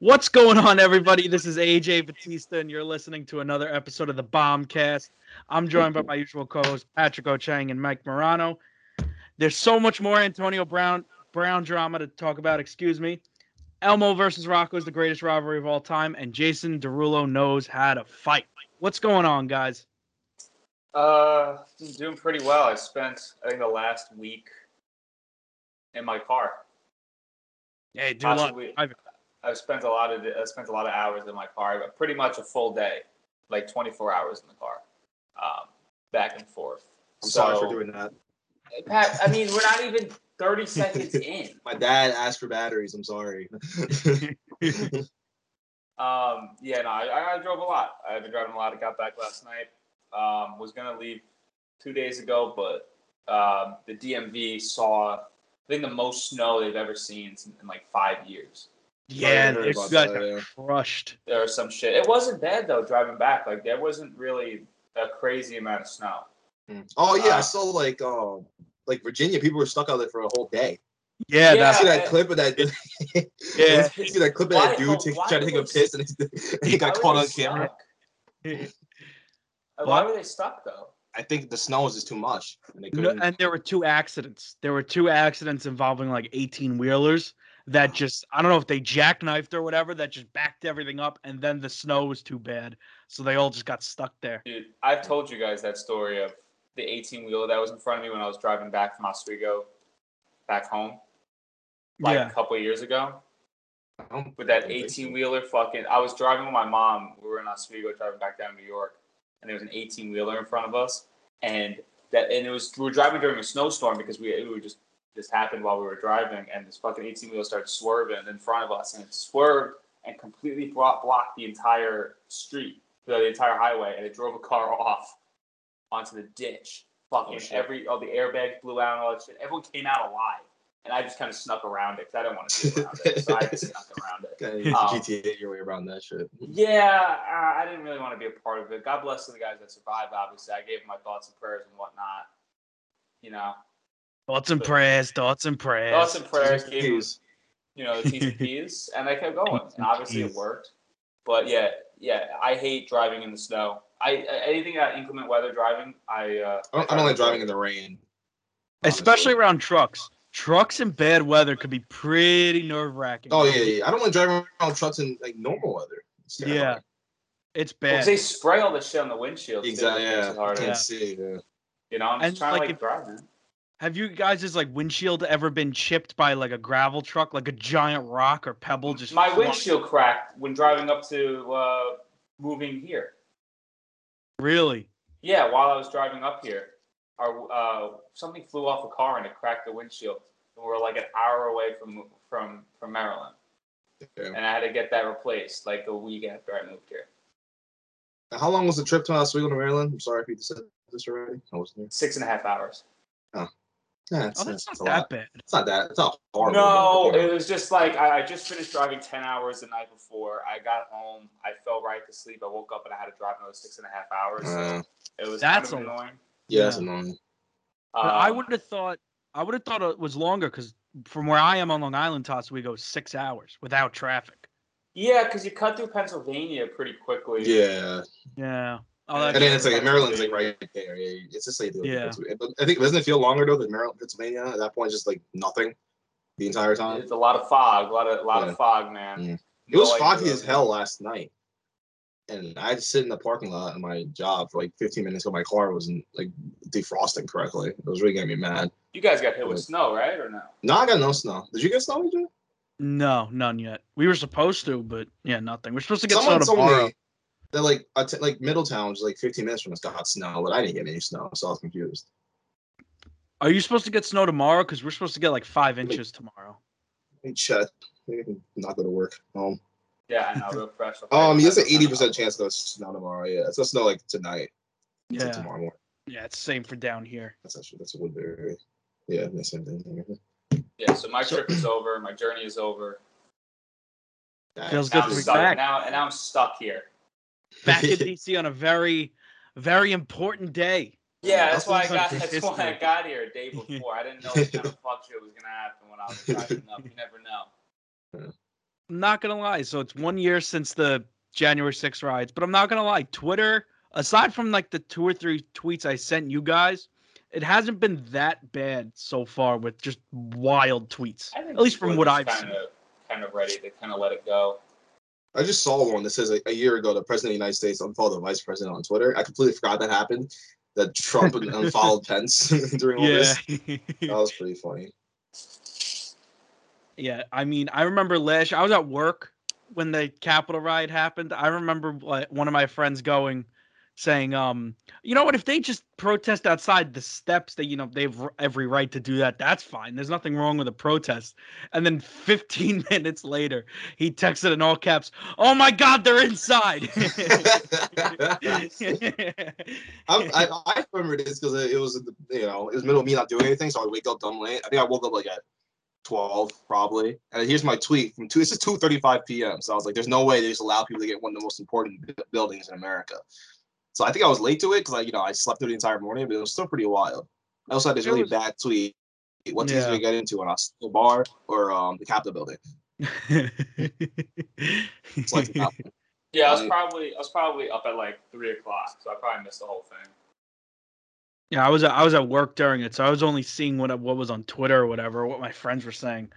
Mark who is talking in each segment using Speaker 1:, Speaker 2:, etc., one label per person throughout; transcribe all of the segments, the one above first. Speaker 1: What's going on, everybody? This is AJ Batista, and you're listening to another episode of the Bombcast. I'm joined by my usual co-hosts Patrick O'Chang and Mike Morano. There's so much more Antonio Brown Brown drama to talk about. Excuse me. Elmo versus Rocco is the greatest rivalry of all time, and Jason Derulo knows how to fight. What's going on, guys?
Speaker 2: Uh, I'm doing pretty well. I spent I think the last week in my car.
Speaker 1: Hey, do luck.
Speaker 2: Possibly.
Speaker 1: I've-
Speaker 2: I've spent a lot of I spent a lot of hours in my car, but pretty much a full day, like 24 hours in the car, um, back and forth.
Speaker 3: I'm
Speaker 2: so,
Speaker 3: sorry for doing that.
Speaker 2: Pat, I mean, we're not even 30 seconds in.
Speaker 3: My dad asked for batteries. I'm sorry.
Speaker 2: Um, yeah, no, I, I drove a lot. I've been driving a lot. I got back last night. Um, was gonna leave two days ago, but um, the DMV saw I think the most snow they've ever seen in, in like five years
Speaker 1: yeah,
Speaker 3: I heard
Speaker 1: they're- you
Speaker 3: about
Speaker 1: guys
Speaker 3: that,
Speaker 1: are
Speaker 3: yeah.
Speaker 1: crushed.
Speaker 2: or some shit. It wasn't bad though. Driving back, like there wasn't really a crazy amount of snow.
Speaker 3: oh yeah,
Speaker 2: Uh,
Speaker 3: I saw like um like Virginia people were stuck out there for a whole day.
Speaker 1: Yeah,
Speaker 3: You
Speaker 2: Yeah.
Speaker 3: see that clip of that?
Speaker 1: Yeah.
Speaker 3: you see that clip of that
Speaker 2: Why-
Speaker 3: dude take,
Speaker 2: why
Speaker 3: trying to take a
Speaker 2: was-
Speaker 3: piss and he- he got
Speaker 2: Why were
Speaker 3: caught
Speaker 2: they
Speaker 3: on camera.
Speaker 2: stuck?
Speaker 1: that's
Speaker 2: Uh, Why
Speaker 1: What?
Speaker 2: were they stuck though?
Speaker 3: I think the snow was just too much, and they
Speaker 1: No,
Speaker 3: couldn't.
Speaker 1: and there were two accidents. There were two accidents involving like 18 wheelers that just I don't know if they jackknifed or whatever that just backed everything up and then the snow was too bad. So they all just got stuck there.
Speaker 2: Dude, I've told you guys that story of the 18 wheeler that was in front of me when I was driving back from Oswego back home like
Speaker 1: yeah.
Speaker 2: a couple of years ago.
Speaker 3: I don't
Speaker 2: With that
Speaker 3: think
Speaker 2: 18 wheeler fucking, I was driving with my mom. We were in Oswego driving back down to New York, and there was an 18 wheeler in front of us, and that and it was we were driving during a snowstorm because we, we were just this happened while we were driving, and this fucking 18 wheeler started swerving in front of us, and it swerved and completely brought, blocked the entire street, the, the entire highway, and it drove a car off onto the ditch. Fucking
Speaker 3: Oh, shit.
Speaker 2: every all the airbags blew out and all that shit. Everyone came out alive, and I just kind of snuck around it because I didn't want to be around it, so I just snuck around it.
Speaker 3: Okay,
Speaker 2: Oh.
Speaker 3: GTA your way around that shit.
Speaker 2: Yeah, uh, I didn't really want to be a part of it. God bless to the guys that survived. Obviously, I gave them my thoughts and prayers and whatnot. You know,
Speaker 1: Thoughts and prayers, thoughts and prayers.
Speaker 2: thoughts and prayers. Gave them,
Speaker 3: Jeez.
Speaker 2: you know, the T's and P's, and I kept going.
Speaker 1: T's and
Speaker 2: And obviously, it
Speaker 1: Ps.
Speaker 2: worked. But yeah, yeah, I hate driving in the snow. I, I anything that inclement weather driving, I. Uh,
Speaker 3: I don't, I don't like driving in the rain.
Speaker 1: Especially
Speaker 3: honestly.
Speaker 1: around trucks. Trucks in bad weather could be pretty nerve wracking.
Speaker 3: Oh yeah, yeah. I don't want to drive around trucks in like normal weather. It's terrifying.
Speaker 1: Yeah. It's
Speaker 2: Because
Speaker 1: bad.
Speaker 2: they spray all this shit on the windshield. too,
Speaker 3: Exactly.
Speaker 2: which makes
Speaker 3: Yeah.
Speaker 2: it
Speaker 3: I
Speaker 2: harder.
Speaker 3: can't see. Yeah.
Speaker 2: You know, I'm just
Speaker 1: And,
Speaker 2: trying
Speaker 1: like,
Speaker 2: to like
Speaker 1: if-
Speaker 2: drive, man.
Speaker 1: Have you guys' like windshield ever been chipped by like a gravel truck, like a giant rock or pebble just
Speaker 2: My
Speaker 1: flying-
Speaker 2: windshield cracked when driving up to uh, moving here.
Speaker 1: Really?
Speaker 2: Yeah, while I was driving up here, our uh, something flew off a car and it cracked the windshield. And we were like an hour away from from from Maryland,
Speaker 3: Yeah.
Speaker 2: and I had to get that replaced like a week after I moved here.
Speaker 3: Now, How long was the trip to Oswego to Maryland? I'm sorry if you said this already. I wasn't
Speaker 2: Six and a half hours.
Speaker 3: there. Yeah, it's,
Speaker 1: Oh, that's not
Speaker 3: it's a
Speaker 1: that
Speaker 3: lot.
Speaker 1: bad.
Speaker 3: It's not that. It's not Uh, horrible.
Speaker 2: no,
Speaker 3: but, you know,
Speaker 2: it was just like I, I just finished driving ten hours the night before. I got home, I fell right to sleep. I woke up and I had to drive another six and a half hours.
Speaker 3: uh,
Speaker 2: So it was
Speaker 1: That's
Speaker 2: kind
Speaker 1: a
Speaker 2: of
Speaker 1: lot.
Speaker 2: annoying.
Speaker 3: yeah, that's annoying.
Speaker 1: But I
Speaker 2: Um,
Speaker 1: would have thought I would have thought it was longer because from where I am on Long Island to Oswego, is six hours without traffic.
Speaker 2: Yeah, because you cut through Pennsylvania pretty quickly.
Speaker 3: Yeah,
Speaker 1: Yeah. Oh,
Speaker 3: and
Speaker 1: that's,
Speaker 3: then it's like Maryland's like right there. Yeah, it's just like
Speaker 1: Yeah.
Speaker 3: But I think doesn't it feel longer though than Maryland, Pennsylvania? At that point, it's just like nothing the entire time.
Speaker 2: It's a lot of fog, a lot of, lot
Speaker 3: Yeah.
Speaker 2: of fog, man.
Speaker 3: Mm. It
Speaker 2: No
Speaker 3: was
Speaker 2: idea.
Speaker 3: foggy as hell last night, and I had to sit in the parking lot at my job for like 15 minutes because my car wasn't like defrosting correctly. It was really getting me mad.
Speaker 2: You guys got hit with
Speaker 3: Like-
Speaker 2: snow, right? Or no?
Speaker 3: No, I got no snow. Did you get snow, AJ?
Speaker 1: no, none yet. We were supposed to, but yeah, nothing. We're supposed to get snow
Speaker 3: Someone told
Speaker 1: tomorrow.
Speaker 3: me that like a t- like Middletown was like 15 minutes from us got snow, but I didn't get any snow, so I was confused.
Speaker 1: Are you supposed to get snow tomorrow? Because we're supposed to get like five inches tomorrow.
Speaker 3: Let me check. Maybe I can not go to work. Um,
Speaker 2: Yeah, I know, real fresh.
Speaker 3: um, there's an 80 percent chance that it's snow tomorrow. Yeah, it's gonna snow like tonight. It's, like,
Speaker 1: Yeah.
Speaker 3: tomorrow morning.
Speaker 1: Yeah, it's same for down here.
Speaker 3: That's actually that's Woodbury. Yeah, the same thing.
Speaker 2: Yeah, so my
Speaker 1: So-
Speaker 2: trip is over. My journey is over.
Speaker 3: Nah.
Speaker 1: Feels
Speaker 2: Now
Speaker 1: good
Speaker 2: I'm
Speaker 1: to be
Speaker 2: stuck.
Speaker 1: back.
Speaker 2: Now and now I'm stuck here.
Speaker 1: Back in DC on a very, very important day.
Speaker 2: Yeah,
Speaker 3: That's
Speaker 2: that's why I
Speaker 3: what's
Speaker 2: got.
Speaker 1: up,
Speaker 2: That's
Speaker 1: it's
Speaker 2: why I
Speaker 1: history.
Speaker 2: got here a day before. I didn't know what kind of fuck shit was gonna happen when I was driving up. You never know.
Speaker 1: I'm not gonna lie. So it's one year since the January 6th riots, but I'm not gonna lie. Twitter, aside from like the two or three tweets I sent you guys, it hasn't been that bad so far with just wild tweets.
Speaker 2: I think
Speaker 1: At least from
Speaker 2: people
Speaker 1: what
Speaker 2: are
Speaker 1: I've
Speaker 2: just
Speaker 1: seen.
Speaker 2: kinda- Kind of ready to kind of let it go.
Speaker 3: I just saw one that says like, a year ago the president of the United States unfollowed the vice president on Twitter. I completely forgot that happened. That Trump un- unfollowed Pence during all
Speaker 1: Yeah.
Speaker 3: this. That was pretty funny.
Speaker 1: Yeah, I mean, I remember last year, I was at work when the Capitol riot happened. I remember like, one of my friends going, saying, um, you know what, if they just protest outside the steps that, you know, they have r- every right to do that, that's fine. There's nothing wrong with a protest. And then 15 minutes later, he texted in all caps, oh my God, they're inside.
Speaker 3: I, I, I remember this because it was you know it was middle of me not doing anything, so I wake up dumb late. I think I woke up like at twelve probably, and here's my tweet from two. This is two thirty five p.m. So I was like, "There's no way they just allow people to get one of the most important bu- buildings in America." So I think I was late to it because I you know I slept through the entire morning, but it was still pretty wild. I also had this
Speaker 1: It
Speaker 3: really
Speaker 1: was-
Speaker 3: bad tweet. What teams
Speaker 1: Yeah.
Speaker 3: do we get into when I was the bar or um, the Capitol building? It's like uh, the Capitol.
Speaker 2: Yeah, I was
Speaker 3: Like-
Speaker 2: probably I was probably up at like three o'clock, so I probably missed the whole thing.
Speaker 1: Yeah, I was I was at work during it, so I was only seeing what what was on Twitter or whatever, what my friends were saying.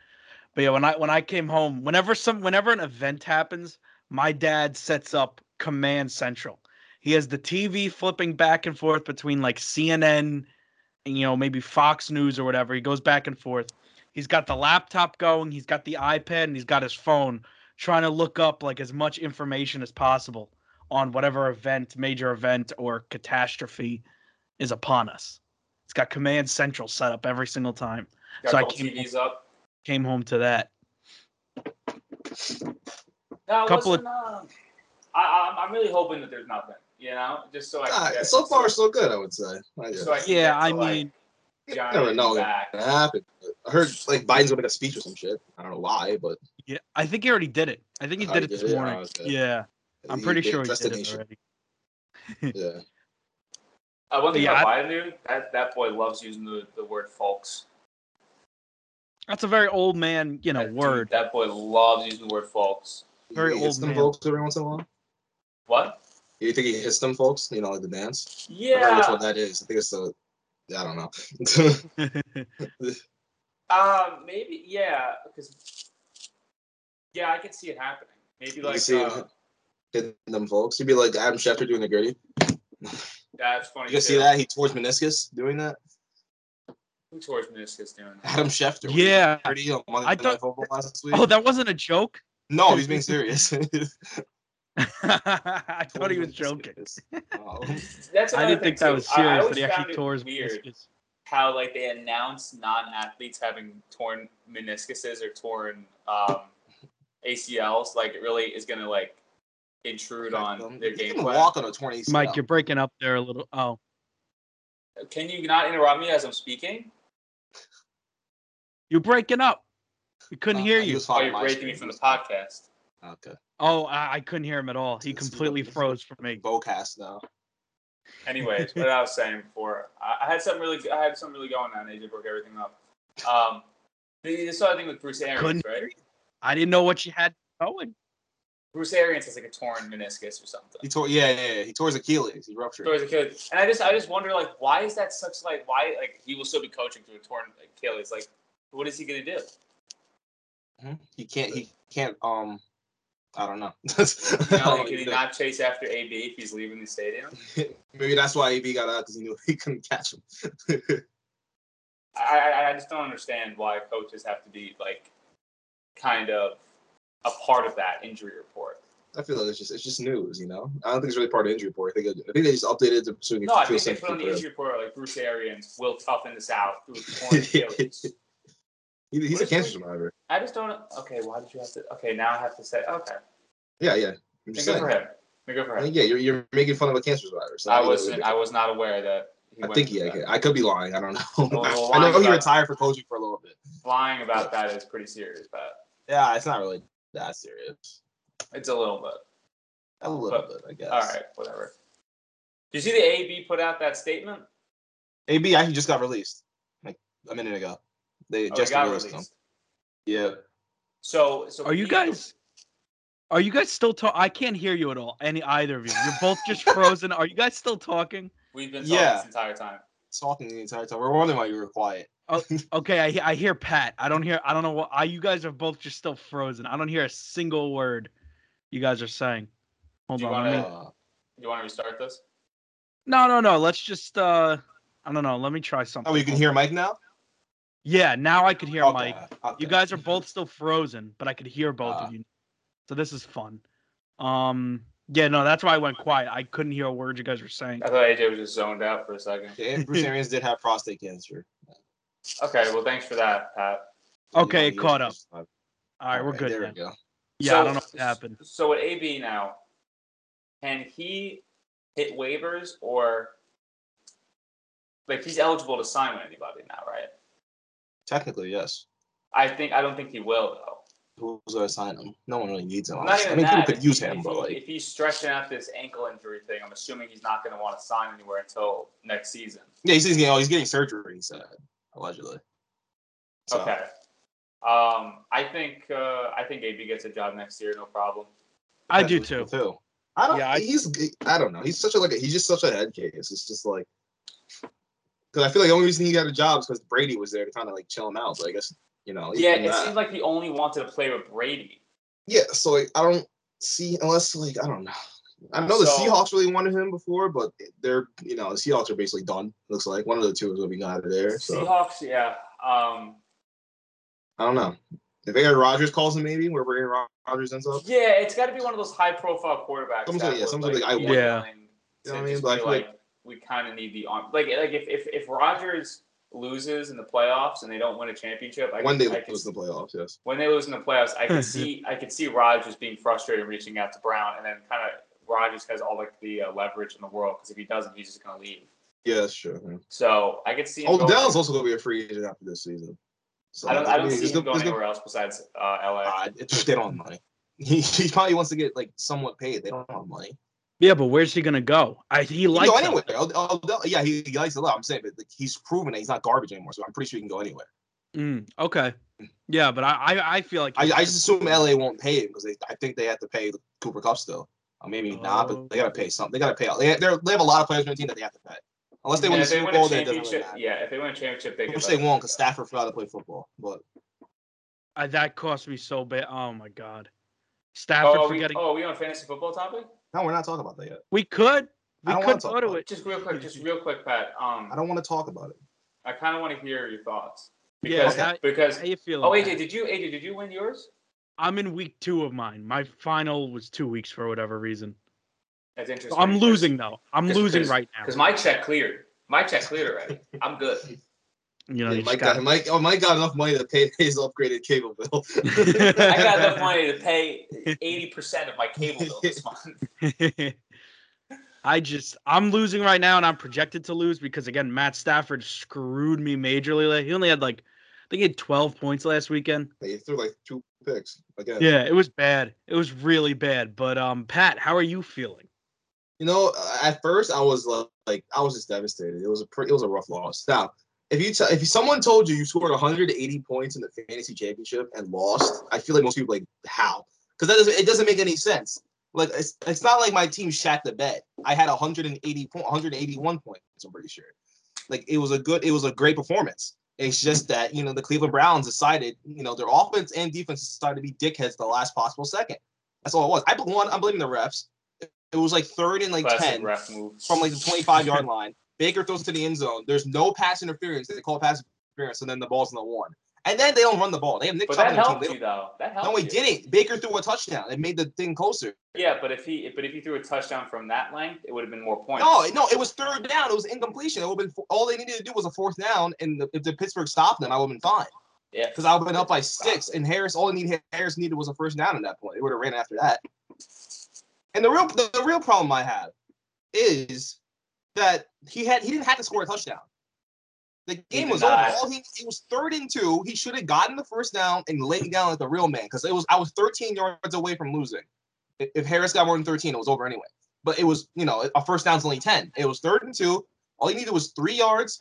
Speaker 1: But yeah, when I when I came home, whenever some whenever an event happens, my dad sets up Command Central. He has the TV flipping back and forth between like CNN, and, you know, maybe Fox News or whatever. He goes back and forth. He's got the laptop going, he's got the iPad, and he's got his phone trying to look up like as much information as possible on whatever event, major event or catastrophe is upon us. It's got Command Central set up every single time.
Speaker 2: Got
Speaker 1: So I
Speaker 2: both
Speaker 1: came-
Speaker 2: TVs up.
Speaker 1: Came home to that.
Speaker 2: No, it
Speaker 1: Couple of-
Speaker 2: wasn't, uh, I, I, I'm really hoping that there's nothing, you know, just so I can
Speaker 3: Ah,
Speaker 2: get-
Speaker 3: so far,
Speaker 2: so,
Speaker 3: so good. I would say. I guess.
Speaker 2: so I can
Speaker 1: Yeah,
Speaker 2: get
Speaker 1: I
Speaker 2: to, like,
Speaker 1: mean,
Speaker 3: I
Speaker 2: Johnny
Speaker 3: never know
Speaker 2: back.
Speaker 3: that happened. I heard like Biden's gonna make a speech or some shit. I don't know why, but
Speaker 1: yeah, I think he already did it. I think he
Speaker 3: I
Speaker 1: did it this
Speaker 3: did it.
Speaker 1: morning.
Speaker 3: I was, uh,
Speaker 1: Yeah, I'm
Speaker 3: he
Speaker 1: pretty
Speaker 3: did
Speaker 1: sure he
Speaker 3: address
Speaker 1: did
Speaker 3: the
Speaker 1: it
Speaker 3: nation.
Speaker 1: already.
Speaker 3: Yeah,
Speaker 2: Uh, one thing
Speaker 1: Yeah,
Speaker 2: about Biden, dude, that, that boy loves using the, the word folks.
Speaker 1: That's a very old man, you know,
Speaker 2: that, dude,
Speaker 1: word.
Speaker 2: that boy loves using the word folks.
Speaker 1: Very
Speaker 3: he hits
Speaker 1: old
Speaker 3: them
Speaker 1: man.
Speaker 3: folks every once in a while.
Speaker 2: What?
Speaker 3: You think he hits them folks? You know, like the dance. I don't know which
Speaker 2: Yeah.
Speaker 3: one that is. I think it's the. I don't know.
Speaker 2: Uh, maybe, yeah, because, yeah, I can see it happening. Maybe,
Speaker 3: You
Speaker 2: like,
Speaker 3: see
Speaker 2: uh,
Speaker 3: it. Hitting them folks. You'd be like Adam Schefter doing the gritty.
Speaker 2: that's
Speaker 3: You
Speaker 2: funny.
Speaker 3: can see
Speaker 2: too.
Speaker 3: that he towards meniscus doing that.
Speaker 2: Who towards meniscus doing that?
Speaker 3: Adam Schefter. was
Speaker 1: yeah.
Speaker 3: Gritty on Monday
Speaker 1: I
Speaker 3: Night
Speaker 1: thought-
Speaker 3: Football last week.
Speaker 1: Oh, that wasn't a joke.
Speaker 3: no, he's being serious.
Speaker 1: I thought he was joking.
Speaker 3: Oh.
Speaker 2: That's
Speaker 1: I
Speaker 2: another
Speaker 1: didn't
Speaker 2: thing,
Speaker 1: think that
Speaker 2: too.
Speaker 1: was
Speaker 2: I-
Speaker 1: serious,
Speaker 2: I always
Speaker 1: but he
Speaker 2: found
Speaker 1: actually
Speaker 2: it
Speaker 1: tore his
Speaker 2: weird.
Speaker 1: meniscus.
Speaker 2: how like they announce non-athletes having torn meniscuses or torn um, ACLs, like it really is gonna like intrude on their
Speaker 3: um, You
Speaker 2: game
Speaker 3: can
Speaker 2: plan.
Speaker 3: walk on a 20
Speaker 1: Mike,
Speaker 3: scale.
Speaker 1: you're breaking up there a little. Oh,
Speaker 2: Can you not interrupt me as I'm speaking?
Speaker 1: you're breaking up. We couldn't
Speaker 3: Uh,
Speaker 1: hear
Speaker 3: he
Speaker 1: you.
Speaker 3: was
Speaker 2: Oh,
Speaker 3: following
Speaker 2: you're
Speaker 3: my
Speaker 2: breaking
Speaker 3: screen.
Speaker 2: me from the podcast.
Speaker 3: Okay.
Speaker 1: Oh, I, I couldn't hear him at all. He
Speaker 3: It's- it's-
Speaker 1: completely froze for me.
Speaker 3: Bowcast now.
Speaker 2: Anyways, what I was saying before, I, I had something really, I had something really going on. AJ broke everything up. Um, the, this other thing with Bruce Arians,
Speaker 1: Couldn't
Speaker 2: right?
Speaker 1: hear you. I didn't know what you had going.
Speaker 2: Bruce Arians has like a torn meniscus or something.
Speaker 3: He tore. Yeah, yeah, yeah. He tore his Achilles. He ruptured.
Speaker 2: So as a kid, and I just I just wonder like why is that such like why like he will still be coaching through a torn Achilles like what is he gonna do? Hmm?
Speaker 3: Mhm. He can't. He can't. Um, I don't know.
Speaker 2: You know,
Speaker 3: Oh,
Speaker 2: like, can he not chase after AB if he's leaving the stadium?
Speaker 3: Maybe that's why AB got out because he knew he couldn't catch him.
Speaker 2: I, I I just don't understand why coaches have to be like kind of a part of that injury report.
Speaker 3: I feel like it's just it's just news, you know. I don't think it's really part of the injury report. I think it, I think they just updated it so you can
Speaker 2: No, I
Speaker 3: feel
Speaker 2: think they
Speaker 3: safe
Speaker 2: put on the
Speaker 3: for-
Speaker 2: injury report like Bruce Arians will toughen this out through a torn Achilles.
Speaker 3: He, he's
Speaker 2: What
Speaker 3: a
Speaker 2: is
Speaker 3: cancer
Speaker 2: it?
Speaker 3: survivor.
Speaker 2: I just don't. Okay, why did you have to? Okay, now I have to say okay.
Speaker 3: Yeah, yeah. I'm
Speaker 2: Then
Speaker 3: just
Speaker 2: Good
Speaker 3: saying.
Speaker 2: for him. Then Good for
Speaker 3: I
Speaker 2: him.
Speaker 3: think, yeah, you're, you're making fun of a cancer survivor. So
Speaker 2: I
Speaker 3: think that was
Speaker 2: wasn't. I was not aware that. He
Speaker 3: I
Speaker 2: went
Speaker 3: think
Speaker 2: through
Speaker 3: yeah,
Speaker 2: that. Oh,
Speaker 3: okay. I could be lying. I don't know.
Speaker 2: well,
Speaker 3: I know
Speaker 2: lying
Speaker 3: he
Speaker 2: about-
Speaker 3: retired for coaching for a little bit.
Speaker 2: lying about that is pretty serious, but
Speaker 3: Yeah, it's not really that serious.
Speaker 2: it's a little bit.
Speaker 3: A little
Speaker 2: But-
Speaker 3: bit, I guess.
Speaker 2: All right, whatever. Did you see the AB put out that statement?
Speaker 3: AB actually just got released like a minute ago. They
Speaker 2: Oh, it
Speaker 3: just
Speaker 2: got
Speaker 3: released him.
Speaker 2: released.
Speaker 3: Yeah.
Speaker 2: So, so
Speaker 1: Are you
Speaker 2: people-
Speaker 1: guys Are you guys still talking? I can't hear you at all. Any either of you. You're both just frozen. Are you guys still talking?
Speaker 2: We've been talking
Speaker 3: Yeah.
Speaker 2: this entire time.
Speaker 3: Talking the entire time. We're wondering why you were quiet.
Speaker 1: Okay, I, he- I hear Pat. I don't hear. I don't know what. I, you guys are both just still frozen. I don't hear a single word you guys are saying. Hold
Speaker 2: Do you
Speaker 1: on.
Speaker 2: wanna-
Speaker 1: Let me,
Speaker 3: Uh,
Speaker 2: You want to restart this?
Speaker 1: no, no, no. Let's just. uh I don't know. Let me try something.
Speaker 3: oh, you can hear Mike now.
Speaker 1: Yeah, now I could hear
Speaker 3: Okay, Uh,
Speaker 1: Mike.
Speaker 3: okay.
Speaker 1: You guys are both still frozen, but I could hear both
Speaker 3: Ah.
Speaker 1: of you. So this is fun. Um. Yeah, no, that's why I went quiet. I couldn't hear a word you guys were saying.
Speaker 2: I thought AJ was just zoned out for a second.
Speaker 3: Okay, Bruce Arians did have prostate cancer.
Speaker 2: Okay, well, thanks for that, Pat.
Speaker 1: Okay,
Speaker 3: You know, he-
Speaker 1: caught up. All right, we're
Speaker 3: Alright,
Speaker 1: good.
Speaker 3: There
Speaker 1: Then.
Speaker 3: we go.
Speaker 1: Yeah, I don't know what happened.
Speaker 2: So with AB now, can he hit waivers or like he's eligible to sign with anybody now, right?
Speaker 3: Technically, yes.
Speaker 2: I think I don't think he will though.
Speaker 3: Who's gonna sign him? No one really needs him.
Speaker 2: Not
Speaker 3: honestly.
Speaker 2: even
Speaker 3: I mean, people
Speaker 2: that,
Speaker 3: could
Speaker 2: if
Speaker 3: use
Speaker 2: he-
Speaker 3: him,
Speaker 2: if
Speaker 3: but
Speaker 2: he-
Speaker 3: like,
Speaker 2: if he's stretching out this ankle injury thing, I'm assuming he's not going to want to sign anywhere until next season.
Speaker 3: yeah, he's, he's getting, oh, he's getting surgery. He said allegedly. So,
Speaker 2: Okay. Um, I think uh, I think AB gets a job next year, no problem.
Speaker 1: I do
Speaker 3: depends
Speaker 1: too.
Speaker 3: with Who? I don't.
Speaker 1: Yeah, I-
Speaker 3: he's. I don't know. He's such a like. A, he's just such a head case. It's just like. Because I feel like the only reason he got a job is because Brady was there to kind of like chill him out. But I guess you know.
Speaker 2: Yeah,
Speaker 3: even
Speaker 2: it
Speaker 3: that-
Speaker 2: seems like he only wanted to play with Brady.
Speaker 3: Yeah, so like I don't see unless like I don't know. I know the
Speaker 2: So-
Speaker 3: Seahawks really wanted him before, but they're you know the Seahawks are basically done. Looks like one of the two is what we got out of there. So
Speaker 2: Seahawks, yeah. Um,
Speaker 3: I don't know. If Aaron Rodgers calls him, maybe wherever Aaron Rodgers ends up.
Speaker 2: yeah, it's got to be one of those high-profile quarterbacks.
Speaker 3: Someone's
Speaker 2: that
Speaker 3: like- yeah,
Speaker 2: would,
Speaker 3: someone's like, I
Speaker 2: be
Speaker 1: want- Yeah.
Speaker 2: willing
Speaker 3: You
Speaker 2: to
Speaker 3: know what I mean?
Speaker 2: just
Speaker 3: But I
Speaker 2: be
Speaker 3: feel like-
Speaker 2: like, we kind of need the arm. Like, like if if if Rodgers loses in the playoffs and they don't win a championship, I
Speaker 3: One
Speaker 2: could-
Speaker 3: day
Speaker 2: I
Speaker 3: lose
Speaker 2: could
Speaker 3: the playoffs, yes.
Speaker 2: when they lose in the playoffs, I could see I could see Rodgers being frustrated, reaching out to Brown, and then kind of Rodgers has all like the uh, leverage in the world because if he doesn't, he's just gonna leave.
Speaker 3: Yeah, that's true. yeah.
Speaker 2: So I could see. Him
Speaker 3: Oh,
Speaker 2: going-
Speaker 3: Dallas also gonna be a free agent after this season. So
Speaker 2: I don't. I don't
Speaker 3: mean,
Speaker 2: see
Speaker 3: it's
Speaker 2: him
Speaker 3: gonna-
Speaker 2: going
Speaker 3: it's gonna-
Speaker 2: anywhere else besides uh, LA.
Speaker 3: Ah, it's- they don't have money. He, he probably wants to get like somewhat paid. They don't have money.
Speaker 1: Yeah, but where's he gonna go? I he
Speaker 3: He
Speaker 1: likes.
Speaker 3: can
Speaker 1: it.
Speaker 3: go anywhere. I'll- I'll- yeah, he, he likes it a lot. I'm saying, but like, he's proven that he's not garbage anymore. So I'm pretty sure he can go anywhere.
Speaker 1: Mm, okay. Yeah, but I I, I feel like
Speaker 3: I, I just assume LA won't pay him because I think they have to pay Cooper Cup still. Or maybe not,
Speaker 1: Oh.
Speaker 3: but they gotta pay something. They gotta pay. out. They they're- they have a lot of players on their team that they have to pay. Unless they
Speaker 2: And
Speaker 3: win the
Speaker 2: if they
Speaker 3: Super
Speaker 2: win
Speaker 3: Bowl,
Speaker 2: a
Speaker 3: then it doesn't really
Speaker 2: championship,
Speaker 3: matter.
Speaker 2: yeah, if they win a championship, they
Speaker 3: Which
Speaker 2: could
Speaker 3: they
Speaker 2: let
Speaker 3: won't
Speaker 2: him
Speaker 3: because
Speaker 2: go.
Speaker 3: Stafford forgot to play football. But
Speaker 1: I, that cost me so bad. Oh my god,
Speaker 2: Oh,
Speaker 1: Stafford
Speaker 2: are we,
Speaker 1: forgetting.
Speaker 2: oh, are we on fantasy football topic?
Speaker 3: no, we're not talking about that yet.
Speaker 1: We could we
Speaker 3: I don't wanna
Speaker 1: could
Speaker 3: talk
Speaker 1: go to
Speaker 3: about
Speaker 1: it.
Speaker 2: Just real quick, just real quick, Pat. Um,
Speaker 3: I don't want to talk about it.
Speaker 2: I kind of want to hear your thoughts
Speaker 1: Yeah,
Speaker 2: because
Speaker 1: how-
Speaker 2: because
Speaker 1: How you feeling?
Speaker 2: oh,
Speaker 1: Pat?
Speaker 2: AJ, did you AJ did you win yours?
Speaker 1: I'm in week two of mine. My final was two weeks for whatever reason.
Speaker 2: That's
Speaker 1: So
Speaker 2: interesting.
Speaker 1: I'm
Speaker 2: because-
Speaker 1: losing though. I'm
Speaker 2: Cause-
Speaker 1: losing
Speaker 2: cause-
Speaker 1: right
Speaker 2: Because
Speaker 1: now.
Speaker 2: my check cleared. My check cleared already. I'm good.
Speaker 1: You know,
Speaker 3: Yeah,
Speaker 1: you
Speaker 3: Mike
Speaker 1: just
Speaker 3: got,
Speaker 1: gotta-
Speaker 3: Mike. Oh, Mike got enough money to pay his upgraded cable bill.
Speaker 2: I got enough money to pay 80% of my cable bill this month.
Speaker 1: I just I'm losing right now, and I'm projected to lose because again, Matt Stafford screwed me majorly. Like, He only had like I think he had 12 points last weekend.
Speaker 3: they threw like two picks again.
Speaker 1: Yeah, it was bad. It was really bad. But um, Pat, how are you feeling?
Speaker 3: You know, at first I was like, like I was just devastated. It was a pretty, it was a rough loss. Now, if you t- if someone told you you scored 180 points in the fantasy championship and lost, I feel like most people like how because that doesn't it doesn't make any sense. Like it's, it's not like my team shat the bed. I had 180 point, 181 points. I'm pretty sure. Like it was a good, it was a great performance. It's just that you know the Cleveland Browns decided you know their offense and defense decided to be dickheads the last possible second. That's all it was. I bl- one, I'm blaming the refs. It was like third and like
Speaker 2: Classic
Speaker 3: ten
Speaker 2: ref move.
Speaker 3: from like the 25 yard line. Baker throws to the end zone. There's no pass interference. They call pass interference, and then the ball's in the one. And then they don't run the ball. They have Nick
Speaker 2: But
Speaker 3: Chubb
Speaker 2: that
Speaker 3: on their team.
Speaker 2: helped
Speaker 3: They
Speaker 2: you though. That
Speaker 3: don't-
Speaker 2: helped.
Speaker 3: No, he
Speaker 2: you.
Speaker 3: didn't. Baker threw a touchdown. It made the thing closer.
Speaker 2: Yeah, but if he but if he threw a touchdown from that length, it would have been more points.
Speaker 3: No, no, it was third down. It was incompletion. It would have been all they needed to do was a fourth down, and the, if the Pittsburgh stopped them, I would have been fine
Speaker 2: yeah.
Speaker 3: because I would have been up by six. And Harris, all he needed, Harris needed was a first down at that point. It would have ran after that. And the real, the, the real problem I have is that he had he didn't have to score a touchdown. The game
Speaker 2: did
Speaker 3: was
Speaker 2: not.
Speaker 3: over. All he it was third and two. He should have gotten the first down and laid down like the real man because it was I was 13 yards away from losing. If if Harris got more than 13, it was over anyway. But it was you know a first down's only 10. It was third and two. All he needed was three yards.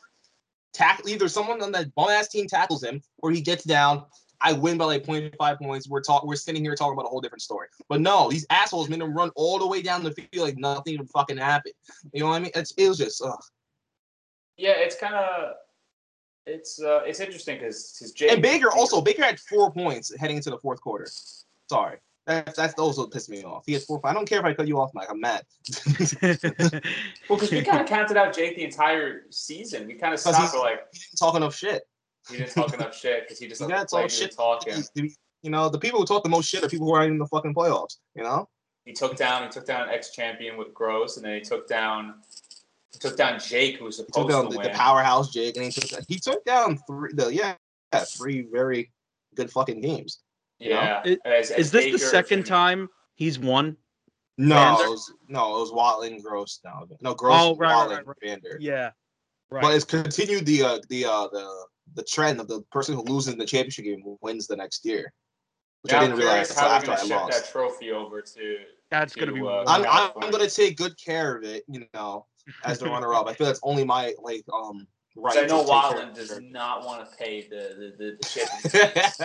Speaker 3: Tackle either someone on that bum ass team tackles him or he gets down. I win by like 0.5 points. We're talking. We're sitting here talking about a whole different story. But no, these assholes made him run all the way down the field like nothing even fucking happened. You know what I mean? It's, it was just ugh.
Speaker 2: Yeah, it's kind of it's uh, it's interesting because his Jay
Speaker 3: And Baker also Baker had four points heading into the fourth quarter. Sorry. That, that's also pissed me off. He had four. I don't care if I cut you off, Mike. I'm mad. He
Speaker 2: well because we kind of counted out Jake the entire season. We kind of stopped
Speaker 3: he's-
Speaker 2: we're like
Speaker 3: didn't talk enough shit.
Speaker 2: he didn't talk enough shit because he just
Speaker 3: He
Speaker 2: doesn't
Speaker 3: got
Speaker 2: play,
Speaker 3: all
Speaker 2: he
Speaker 3: shit.
Speaker 2: didn't talk, and
Speaker 3: You know, the people who talk the most shit are people who aren't even in the fucking playoffs. You know,
Speaker 2: He took down he took down an ex champion with Gross, and then he took down he took down Jake who was
Speaker 3: he
Speaker 2: supposed
Speaker 3: took down
Speaker 2: to
Speaker 3: the,
Speaker 2: win.
Speaker 3: the powerhouse Jake, and he took he took down three. The yeah, yeah, three very good fucking games.
Speaker 2: yeah.
Speaker 1: It-
Speaker 2: As- as
Speaker 1: Is this
Speaker 2: Baker-
Speaker 1: the second time he's won?
Speaker 3: No,
Speaker 2: Vander?
Speaker 3: it was, no, it was Watlin Gross. No, no Gross.
Speaker 1: Oh, right, right,
Speaker 3: Watlin,
Speaker 1: right, right.
Speaker 3: Vander.
Speaker 1: Yeah. Right.
Speaker 3: But it's continued the uh, the uh, the the trend of the person who loses the championship game wins the next year, which
Speaker 2: Yeah,
Speaker 3: I
Speaker 2: I'm
Speaker 3: didn't realize
Speaker 2: curious
Speaker 3: until
Speaker 2: how they're
Speaker 3: after
Speaker 2: gonna
Speaker 3: I
Speaker 2: shift
Speaker 3: lost.
Speaker 2: that trophy over to
Speaker 1: That's gonna be.
Speaker 2: to, uh,
Speaker 3: I'm,
Speaker 1: wild.
Speaker 3: I'm,
Speaker 2: California.
Speaker 3: gonna take good care of it, you know, as the runner up. I feel that's only my like um right.
Speaker 2: 'cause I
Speaker 3: to
Speaker 2: know
Speaker 3: take care
Speaker 2: Wildland
Speaker 3: of
Speaker 2: does
Speaker 3: it.
Speaker 2: not want to pay the the, the, the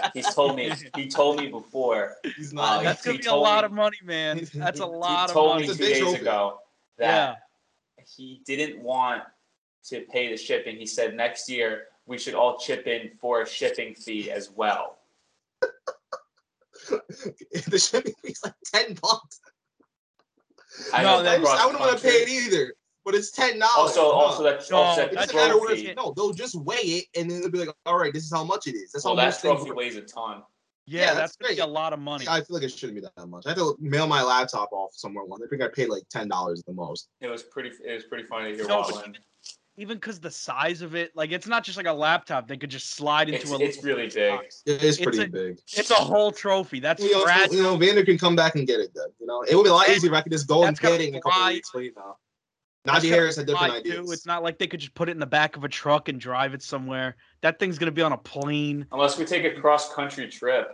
Speaker 2: shit. He's told me he told me before.
Speaker 3: He's
Speaker 2: Uh,
Speaker 3: not.
Speaker 1: That's gonna
Speaker 2: he
Speaker 1: be a
Speaker 2: told
Speaker 1: lot
Speaker 2: me-
Speaker 1: of money, man. That's a
Speaker 3: he
Speaker 1: lot
Speaker 2: he
Speaker 1: of
Speaker 2: told
Speaker 1: money.
Speaker 2: me
Speaker 3: It's
Speaker 2: two
Speaker 3: a big
Speaker 2: days
Speaker 3: trophy.
Speaker 2: ago that
Speaker 1: yeah.
Speaker 2: he didn't want to pay the shipping. He said next year we should all chip in for a shipping fee as well.
Speaker 3: the shipping fee's like ten bucks.
Speaker 2: I
Speaker 1: No,
Speaker 2: know
Speaker 1: that-
Speaker 3: I,
Speaker 2: across
Speaker 3: just,
Speaker 2: the
Speaker 3: I wouldn't want to
Speaker 2: country-
Speaker 3: pay it either, but it's ten dollars.
Speaker 2: Also, also that
Speaker 1: No,
Speaker 2: also that
Speaker 3: it
Speaker 1: Oh, that's
Speaker 3: doesn't
Speaker 1: true.
Speaker 3: matter where.
Speaker 2: trophy.
Speaker 3: It's, no, they'll just weigh it and then they'll be like, all right, this is how much it is. That's
Speaker 2: Well,
Speaker 3: how
Speaker 2: that
Speaker 3: much things
Speaker 2: trophy weighs a ton.
Speaker 1: Yeah,
Speaker 3: yeah,
Speaker 1: that's
Speaker 3: that's
Speaker 1: gonna be a
Speaker 3: great.
Speaker 1: lot of money.
Speaker 3: I feel like it shouldn't be that much. I had to mail my laptop off somewhere one. I think I paid like ten dollars the most.
Speaker 2: It was pretty. It was pretty funny to hear.
Speaker 1: No,
Speaker 2: No,
Speaker 1: but Even because the size of it, like it's not just like a laptop. They could just slide into
Speaker 2: it's,
Speaker 1: a.
Speaker 2: it's
Speaker 1: little
Speaker 2: really big.
Speaker 1: box.
Speaker 3: It is
Speaker 1: It's
Speaker 3: pretty
Speaker 1: a-
Speaker 3: big.
Speaker 1: It's a whole trophy. That's
Speaker 3: you know,
Speaker 1: Brad.
Speaker 3: you know, Vander can come back and get it then. You know, it would be a lot
Speaker 1: Vander-
Speaker 3: easier if I could just go and
Speaker 1: that's gotta
Speaker 3: get it in a couple
Speaker 1: fly.
Speaker 3: of weeks, but you know.
Speaker 1: that's
Speaker 3: Najee
Speaker 1: gotta
Speaker 3: Harris had different
Speaker 1: fly, too.
Speaker 3: ideas.
Speaker 1: It's not like they could just put it in the back of a truck and drive it somewhere. That thing's gonna be on a plane.
Speaker 2: Unless we take a cross country trip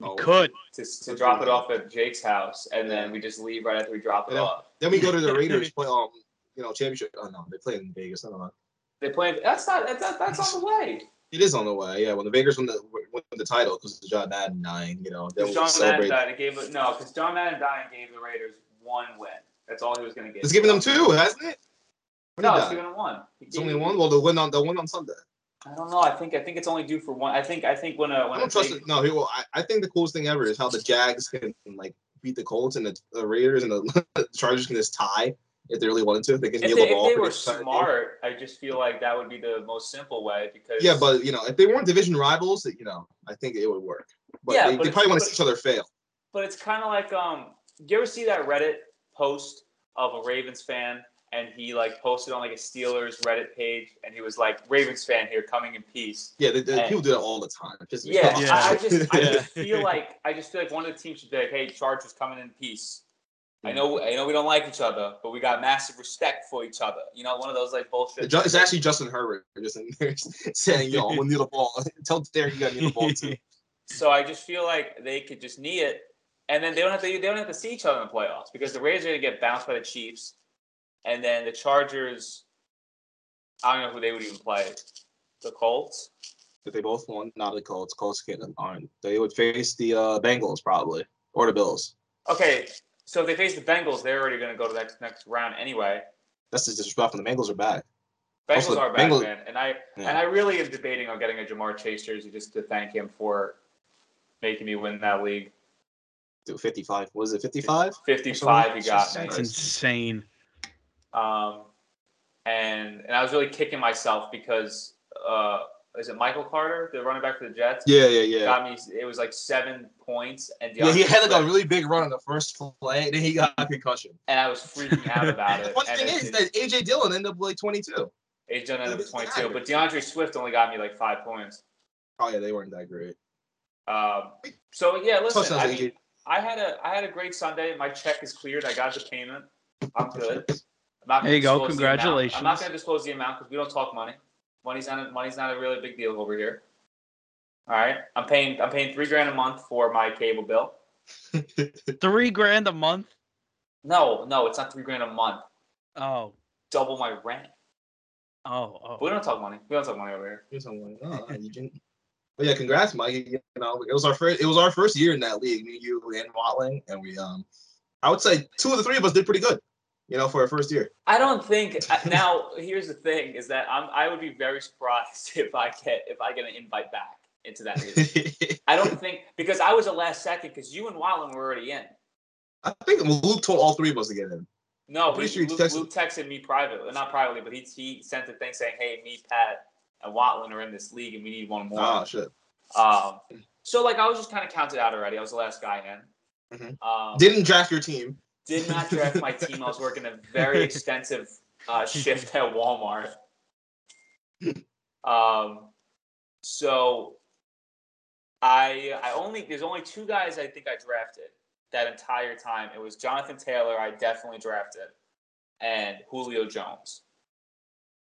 Speaker 3: No.
Speaker 2: Oh.
Speaker 1: It could.
Speaker 2: to, to drop it off at Jake's house, and then we just leave right after we drop it
Speaker 3: Yeah.
Speaker 2: off.
Speaker 3: Then we go to the Raiders play um, you know, championship. Oh no, they play in Vegas. I don't know.
Speaker 2: They play. That's not. That's that's on the way.
Speaker 3: It is on the way, yeah. When the Vegas win the win the title because John Madden nine, you know,
Speaker 2: Because
Speaker 3: then we
Speaker 2: John Madden
Speaker 3: celebrate.
Speaker 2: died. It gave no. Because John Madden died and gave the Raiders one win. That's all he was going to get.
Speaker 3: It's giving them two, hasn't it? When
Speaker 2: No,
Speaker 3: did
Speaker 2: it's
Speaker 3: that?
Speaker 2: giving them one. He
Speaker 3: It's
Speaker 2: gave
Speaker 3: only
Speaker 2: them-
Speaker 3: one. Well, the win on the win on Sunday.
Speaker 2: I don't know. I think I think it's only due for one. I think I think when a
Speaker 3: I
Speaker 2: when a
Speaker 3: don't trust
Speaker 2: big-
Speaker 3: it. No, he will. I, I think the coolest thing ever is how the Jags can like beat the Colts and the, the Raiders and the, Chargers can just tie if they really wanted to. They can
Speaker 2: if
Speaker 3: kneel
Speaker 2: they,
Speaker 3: the ball.
Speaker 2: if they
Speaker 3: for
Speaker 2: were
Speaker 3: the entire game.
Speaker 2: smart, I just feel like that would be the most simple way because
Speaker 3: Yeah, but you know, if they weren't division rivals, you know, I think it would work. But
Speaker 2: Yeah,
Speaker 3: they,
Speaker 2: but
Speaker 3: they
Speaker 2: it's-
Speaker 3: probably want to
Speaker 2: but-
Speaker 3: see each other fail.
Speaker 2: but it's kind of like um you ever see that reddit post of a ravens fan and he like posted on like a steelers reddit page and he was like ravens fan here coming in peace
Speaker 3: Yeah, they, they-
Speaker 2: And-
Speaker 3: people do that all the time. It pisses me
Speaker 2: yeah,
Speaker 3: off.
Speaker 1: Yeah.
Speaker 2: I, I just i
Speaker 1: Yeah.
Speaker 2: just feel like i just feel like one of the teams should be like hey chargers coming in peace I
Speaker 3: Mm.
Speaker 2: know, I know, we don't like each other, but we got massive respect for each other. You know, one of those like bullshit.
Speaker 3: Ju- It's actually Justin Herbert just in there saying, "Yo, I'm gonna kneel the ball." Tell Derek you gotta kneel the ball too.
Speaker 2: So I just feel like they could just knee it, and then they don't have to. They don't have to see each other in the playoffs because the Raiders are going to get bounced by the Chiefs, and then the Chargers. I don't know who they would even play. The Colts.
Speaker 3: If they both won, not the Colts. Colts can't aren't. They would face the uh, Bengals probably or the Bills.
Speaker 2: Okay, so if they face the Bengals, they're already going to go to the next next round anyway.
Speaker 3: That's just disrespectful. The Bengals are back.
Speaker 2: Bengals
Speaker 3: Also,
Speaker 2: are back,
Speaker 3: Bengals-
Speaker 2: man, and I
Speaker 3: Yeah.
Speaker 2: and I really am debating on getting a Jamar Chase jersey just to thank him for making me win that league.
Speaker 3: Dude, 55. Was it 55?
Speaker 2: Fifty-five, you got me.
Speaker 1: That's insane.
Speaker 2: um, and and I was really kicking myself because uh, is it Michael Carter, the running back for the Jets?
Speaker 3: Yeah, yeah, yeah.
Speaker 2: Got me. It was like seven points, and
Speaker 3: Yeah, he had like a
Speaker 2: Swift,
Speaker 3: really big run on the first play, and then he got a concussion.
Speaker 2: and I was freaking out about
Speaker 3: The
Speaker 2: it.
Speaker 3: funny
Speaker 2: and
Speaker 3: thing
Speaker 2: it-
Speaker 3: is that AJ Dillon ended up like 22.
Speaker 2: it's done another
Speaker 3: it doesn't
Speaker 2: point too,
Speaker 3: matter.
Speaker 2: but DeAndre Swift only got me like five points.
Speaker 3: Oh yeah, they weren't that great.
Speaker 2: Um, so yeah, listen,
Speaker 3: Touchdowns,
Speaker 2: I,
Speaker 3: AJ.
Speaker 2: mean, I had a I had a great Sunday. My check is cleared. I got the payment. I'm good. I'm not gonna
Speaker 1: There you go.
Speaker 2: disclose the amount. I'm not
Speaker 1: Congratulations.
Speaker 2: going to disclose the amount because we don't talk money. Money's not a, money's not a really big deal over here. All right, I'm paying I'm paying three grand a month for my cable bill.
Speaker 1: Three grand a month.
Speaker 2: No, no, it's not three grand a month.
Speaker 1: Oh,
Speaker 2: Double my rent.
Speaker 1: oh,
Speaker 2: But we
Speaker 1: oh.
Speaker 2: don't talk money. We don't talk money over here.
Speaker 3: Here's someone, oh, you didn't- But yeah, congrats, Mike. You know, it was our first it was our first year in that league, me, you, and Watling, and we um I would say two of the three of us did pretty good, you know, for our first year.
Speaker 2: I don't think uh, now. Here's the thing: is that I'm, I would be very surprised if I get if I get an invite back into that. Meeting. I don't think because I was the last second because you and Wildland were already in.
Speaker 3: I think Luke told all three of us to get in.
Speaker 2: No,
Speaker 3: I'm pretty
Speaker 2: he-
Speaker 3: sure he
Speaker 2: Luke,
Speaker 3: texted-
Speaker 2: Luke texted me privately, not privately, but he he sent a thing saying, "Hey, me, Pat, and Watland are in this league, and we need one more."
Speaker 3: Oh shit.
Speaker 2: Um, so like I was just kind of counted out already. I was the last guy in.
Speaker 3: Mhm.
Speaker 2: Um, did,
Speaker 3: Didn't draft your team.
Speaker 2: not draft my team. I was working a very extensive uh, shift at Walmart. Um, so I I only there's only two guys I think I drafted that entire time. It was Jonathan Taylor. I definitely drafted, and Julio Jones.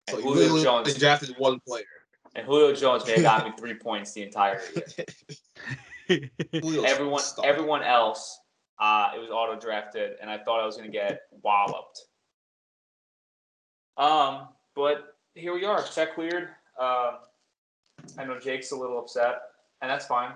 Speaker 2: And
Speaker 3: So you
Speaker 2: Julio
Speaker 3: literally
Speaker 2: Jones
Speaker 3: drafted one player.
Speaker 2: and Julio Jones may have got me three points the entire year.
Speaker 3: Julio's
Speaker 2: everyone
Speaker 3: stuck.
Speaker 2: everyone else uh, it was auto drafted and i thought i was going to get walloped um but here we are check cleared um i know jake's a little upset and that's fine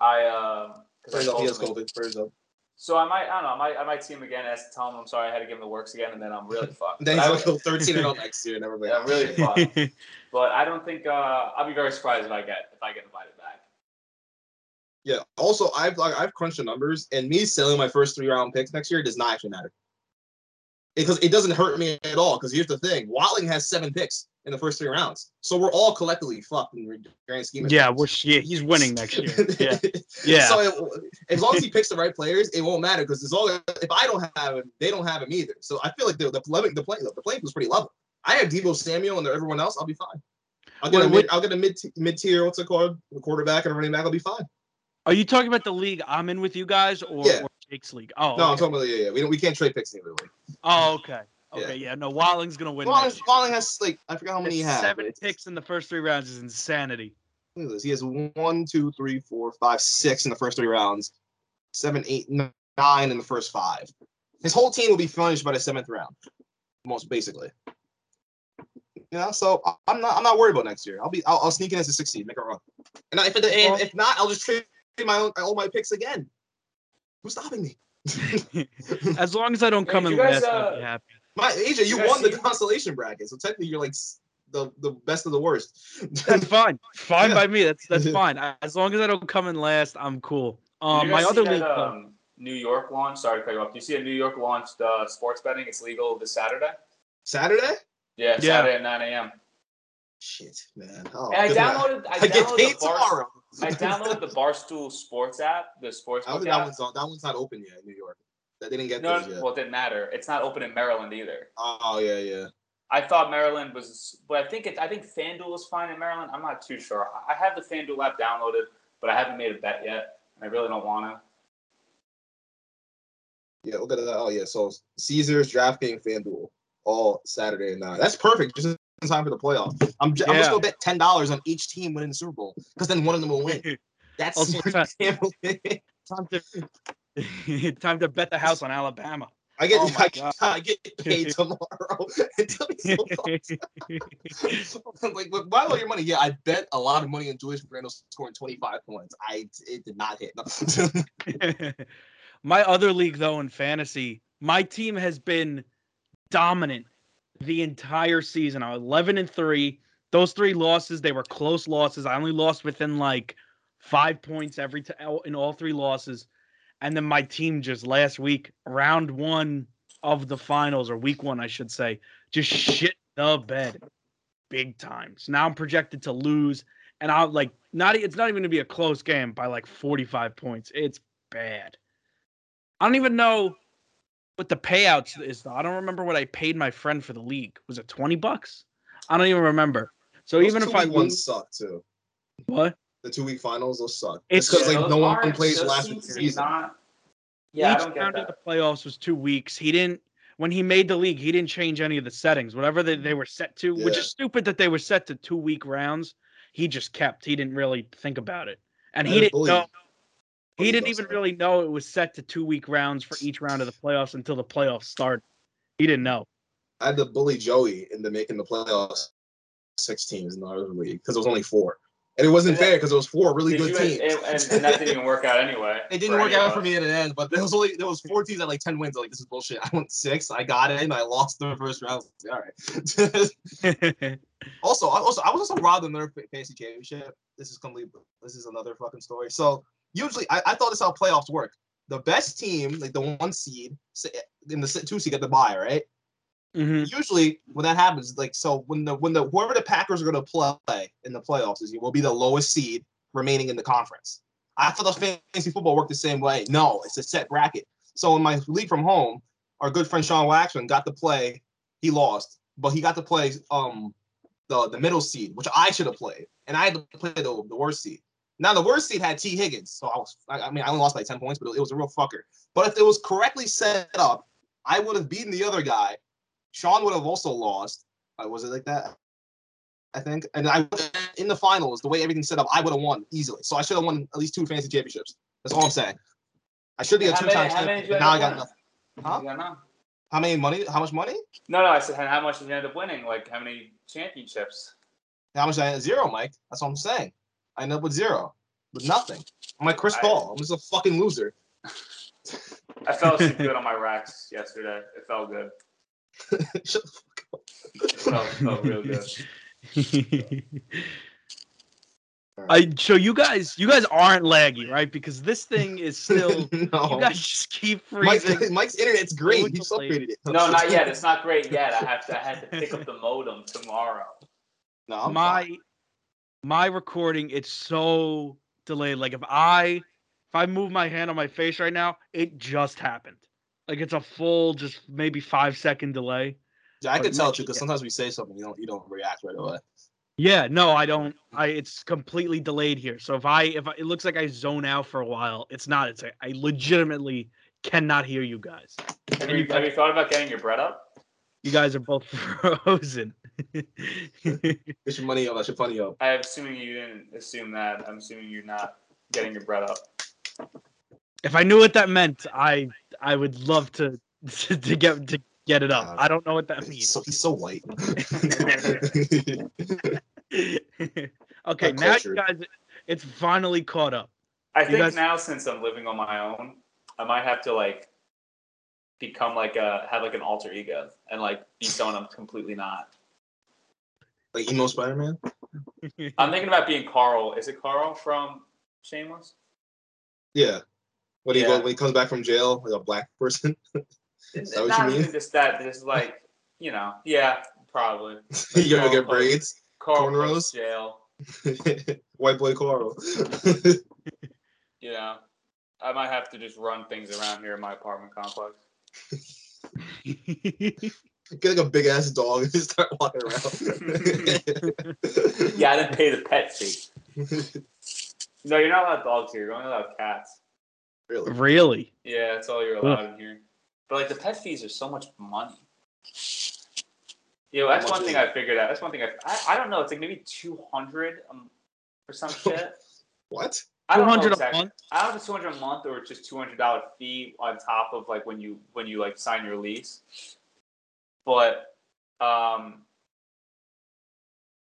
Speaker 2: i um 'cause I
Speaker 3: First up, he
Speaker 2: told
Speaker 3: has
Speaker 2: him-
Speaker 3: COVID. First up.
Speaker 2: so i might i don't know i might i might see him again as tell him i'm sorry i had to give him the works again and then i'm really fucked
Speaker 3: Then
Speaker 2: But
Speaker 3: he's
Speaker 2: I-
Speaker 3: gonna go 13 and 0 next year, and everybody.
Speaker 2: Yeah, really
Speaker 3: Yeah.
Speaker 2: fucked but i don't think uh i'll be very surprised if i get if i get invited back
Speaker 3: Yeah. Also, I've like, I've crunched the numbers, and me selling my first three round picks next year does not actually matter. Because it doesn't hurt me at all. Because here's the thing: Watling has seven picks in the first three rounds, so we're all collectively fucked in the grand scheme. of
Speaker 1: yeah,
Speaker 3: things.
Speaker 1: we're, yeah, he's winning next year. Yeah, yeah.
Speaker 3: So it, as long as he picks the right players, it won't matter because as long if I don't have him, they don't have him either. So I feel like the the playing the playing the playing was pretty level. I have Debo Samuel and everyone else, I'll be fine. I'll get
Speaker 1: Wait,
Speaker 3: a
Speaker 1: what-
Speaker 3: mid, I'll get a mid mid tier. What's it called? A quarterback and a running back. I'll be fine.
Speaker 1: Are you talking about the league I'm in with you guys, or,
Speaker 3: Yeah.
Speaker 1: or Jake's league? Oh,
Speaker 3: No, I'm
Speaker 1: okay.
Speaker 3: talking about yeah, yeah. We don't, we can't trade picks anyway.
Speaker 1: oh, okay,
Speaker 3: Yeah.
Speaker 1: okay, yeah. No, Walling's gonna win.
Speaker 3: Walling,
Speaker 1: next year.
Speaker 3: Walling has like I forgot how many he
Speaker 1: It's
Speaker 3: has.
Speaker 1: seven
Speaker 3: but
Speaker 1: picks in the first three rounds is insanity.
Speaker 3: look at this. He has one, two, three, four, five, six in the first three rounds, seven, eight, n- nine in the first five. His whole team will be finished by the seventh round, most basically. You know, so I- I'm not I'm not worried about next year. I'll be I'll, I'll sneak in as a six seed, make it run. And if it, and if not, I'll just trade my own all my picks again. Who's stopping me?
Speaker 1: As long as I don't
Speaker 2: Wait,
Speaker 1: come
Speaker 2: did
Speaker 1: in
Speaker 2: you guys,
Speaker 1: last, I'll
Speaker 2: uh,
Speaker 1: be happy.
Speaker 3: My AJ, you
Speaker 2: You guys
Speaker 3: won the
Speaker 2: see-
Speaker 3: consolation bracket, so technically you're like s- the the best of the worst.
Speaker 1: That's fine, fine
Speaker 3: Yeah.
Speaker 1: by me. That's that's fine. I- As long as I don't come in last, I'm cool. Um,
Speaker 2: Did you
Speaker 1: my
Speaker 2: guys
Speaker 1: other
Speaker 2: see that,
Speaker 1: league, though-
Speaker 2: um, New York launch. Sorry to cut you off. Do you see that New York launched uh, sports betting? It's legal this Saturday.
Speaker 3: Saturday?
Speaker 2: Yeah,
Speaker 1: Yeah.
Speaker 2: Saturday at 9 a.m.
Speaker 3: Shit, man. Oh,
Speaker 2: And I
Speaker 3: good luck.
Speaker 2: downloaded. I
Speaker 3: I get
Speaker 2: downloaded
Speaker 3: paid
Speaker 2: the Bar-
Speaker 3: tomorrow.
Speaker 2: I downloaded the Barstool Sports app, the sports
Speaker 3: I don't
Speaker 2: book
Speaker 3: think that
Speaker 2: app.
Speaker 3: one's on, that one's not open yet in New York. That they didn't get
Speaker 2: No,
Speaker 3: those yet.
Speaker 2: well, it didn't matter. It's not open in Maryland either.
Speaker 3: Oh yeah, yeah.
Speaker 2: I thought Maryland was, but I think it. I think FanDuel is fine in Maryland. I'm not too sure. I- I have the FanDuel app downloaded, but I haven't made a bet yet. and I really don't want to.
Speaker 3: Yeah, look at that. Oh yeah. So Caesars, DraftKings, FanDuel, all Saturday night. That's perfect. Just in time for the playoffs. I'm, ju- I'm
Speaker 1: Yeah.
Speaker 3: just gonna bet ten dollars on each team winning the Super Bowl because then one of them will win. That's
Speaker 1: Also,
Speaker 3: smart gambling.
Speaker 1: time to bet the house on Alabama.
Speaker 3: I get
Speaker 1: Oh, my
Speaker 3: I,
Speaker 1: God.
Speaker 3: get- I get paid tomorrow. It took me so long. I'm like, but why all your money? Yeah, I bet a lot of money on Julius Randle scoring 25 points. I it did not hit. No.
Speaker 1: my other league though in fantasy, my team has been dominant the entire season. I'm 11 and 3. Those three losses, they were close losses. I only lost within like 5 points every t- in all three losses. And then my team just last week, round 1 of the finals or week 1 I should say, just shit the bed big time. So now I'm projected to lose and I'm like not e, it's not even going to be a close game by like 45 points. It's bad. I don't even know what the payouts is. Though. I don't remember what I paid my friend for the league. Was it twenty bucks? I don't even remember. So
Speaker 3: Those
Speaker 1: even if
Speaker 3: two
Speaker 1: I
Speaker 3: week ones
Speaker 1: lose,
Speaker 3: suck too.
Speaker 1: what?
Speaker 3: The two week finals will suck.
Speaker 1: It's-
Speaker 3: It's because
Speaker 2: Yeah,
Speaker 3: like no
Speaker 2: those
Speaker 3: one
Speaker 2: aren't-
Speaker 3: plays
Speaker 2: those
Speaker 3: last
Speaker 2: seem to be
Speaker 3: season.
Speaker 2: not- yeah, I
Speaker 1: Each
Speaker 2: don't get
Speaker 1: round of
Speaker 2: that.
Speaker 1: the playoffs was two weeks. He didn't. When he made the league, he didn't change any of the settings. Whatever they, they were set to, which
Speaker 3: Yeah.
Speaker 1: is stupid that they were set to two week rounds. He just kept. He didn't really think about it, and
Speaker 3: That
Speaker 1: he
Speaker 3: is
Speaker 1: didn't
Speaker 3: bullying.
Speaker 1: know. He
Speaker 3: Bullying
Speaker 1: didn't
Speaker 3: does
Speaker 1: even
Speaker 3: that.
Speaker 1: really know it was set to two week rounds for each round of the playoffs until the playoffs started. He didn't know.
Speaker 3: I had to bully Joey into making the playoffs six teams in the other league because it was only four. And it wasn't fair because it was four really
Speaker 2: Did
Speaker 3: good
Speaker 2: you-
Speaker 3: teams.
Speaker 2: and, and, and that didn't even work out anyway.
Speaker 3: It didn't work out for me in the end, but there was only there was four teams that like ten wins. I'm Like this is bullshit. I won six. I got in. I lost the first round. I was like, All right.
Speaker 1: Mm-hmm.
Speaker 3: also, I, also I was also robbed of another fa- fantasy championship. This is complete. This is another fucking story. So usually I, I thought this is how playoffs work. The best team, like the one seed, s- in the s- two seed, got the bye, right?
Speaker 1: Mhm.
Speaker 3: Usually when that happens, like so when the when the whoever the Packers are going to play in the playoffs is will be the lowest seed remaining in the conference. I thought the fantasy football worked the same way. No, it's a set bracket. So in my league from home, our good friend Sean Waxman got to play. He lost, but he got to play um the the middle seed, which I should have played, and I had to play the, the worst seed. Now the worst seed had T Higgins, so I was I, I mean I only lost by ten points, but it, was a real fucker. But if it was correctly set up, I would have beaten the other guy. Sean would have also lost. Uh, was it like that? I think, and I in the finals, the way everything's set up, I would have won easily. So I should have won at least two fantasy championships. That's all I'm saying. I should be a
Speaker 2: How
Speaker 3: two
Speaker 2: many-
Speaker 3: time
Speaker 2: how many
Speaker 3: champion.
Speaker 2: did you
Speaker 3: but Now I
Speaker 2: end up
Speaker 3: got
Speaker 2: winning?
Speaker 3: nothing.
Speaker 2: Huh?
Speaker 3: Huh?
Speaker 2: Yeah, no.
Speaker 3: How many money? How much money?
Speaker 2: no, no. I said, how much did you end up winning? Like, how many championships?
Speaker 3: How much? I zero, Mike. That's what I'm saying. I end up with zero, with nothing. I'm like Chris
Speaker 2: I-
Speaker 3: Paul. I'm just a fucking loser.
Speaker 2: I fell asleep good on my racks yesterday. It felt good.
Speaker 3: Shut
Speaker 2: It felt, felt real good.
Speaker 1: I so you guys you guys aren't laggy, right? Because this thing is still you
Speaker 3: no.
Speaker 1: guys just keep
Speaker 3: Mike,
Speaker 1: freezing.
Speaker 3: Mike's internet's great. He's
Speaker 1: Literally.
Speaker 3: upgraded it.
Speaker 2: No, not yet. It's not great yet. I have to. I had to pick up the modem tomorrow.
Speaker 3: No, I'm
Speaker 1: my
Speaker 3: fine.
Speaker 1: my recording it's so delayed. Like if I if I move my hand on my face right now, it just happened. Like it's a full just maybe five second delay.
Speaker 3: Yeah, I
Speaker 1: but
Speaker 3: could tell
Speaker 1: Mike-
Speaker 3: too because
Speaker 1: yeah.
Speaker 3: sometimes we say something, you don't, you don't react right away.
Speaker 1: Yeah, no, I don't. I it's completely delayed here. So if I if I, it looks like I zone out for a while, it's not. It's I legitimately cannot hear you guys.
Speaker 2: Have you, have you thought about getting your bread up?
Speaker 1: You guys are both frozen.
Speaker 3: Get your money up. That's your funny up.
Speaker 2: I'm assuming you didn't assume that. I'm assuming you're not getting your bread up.
Speaker 1: if I knew what that meant, I I would love to to, get to get it
Speaker 3: Uh,
Speaker 1: up. I don't know what that
Speaker 3: He's
Speaker 1: means.
Speaker 3: so, he's so white.
Speaker 1: okay,
Speaker 3: Not
Speaker 1: now you
Speaker 3: cultured.
Speaker 1: guys, it's finally caught up.
Speaker 2: I
Speaker 1: You
Speaker 2: think
Speaker 1: guys-
Speaker 2: now since I'm living on my own, I might have to like become like a have like an alter ego and like be someone I'm completely not.
Speaker 3: like emo Spider Man.
Speaker 2: I'm thinking about being Carl. Is it Carl from Shameless?
Speaker 3: Yeah. When he
Speaker 2: Yeah.
Speaker 3: go, when he comes back from jail, like a black person.
Speaker 2: It's
Speaker 3: that what
Speaker 2: not
Speaker 3: you mean?
Speaker 2: really just that. Just like you know, yeah, probably.
Speaker 3: you ever
Speaker 2: Carl
Speaker 3: get
Speaker 2: Carl.
Speaker 3: braids?
Speaker 2: Carl goes
Speaker 3: Cornrows?
Speaker 2: to jail.
Speaker 3: White boy Carl.
Speaker 2: You know, I might have to just run things around here in my apartment complex.
Speaker 3: Get like a big ass dog and start walking around.
Speaker 2: Yeah, I didn't pay the pet fee. No, you're not allowed dogs here. You're only allowed cats.
Speaker 3: really?
Speaker 1: really?
Speaker 2: Yeah, that's all you're
Speaker 1: Ugh.
Speaker 2: allowed in here. But like the pet fees are so much money. Yeah, well, that's
Speaker 3: How much
Speaker 2: one
Speaker 3: is
Speaker 2: thing
Speaker 3: it?
Speaker 2: I figured out. That's one thing I, I I don't know. It's like maybe two hundred um, for some shit.
Speaker 3: What?
Speaker 2: I
Speaker 1: Two
Speaker 2: don't know
Speaker 1: hundred a
Speaker 2: exactly.
Speaker 1: month.
Speaker 2: I don't know if it's two hundred a month or it's just two hundred dollar fee on top of like when you when you like sign your lease. But um,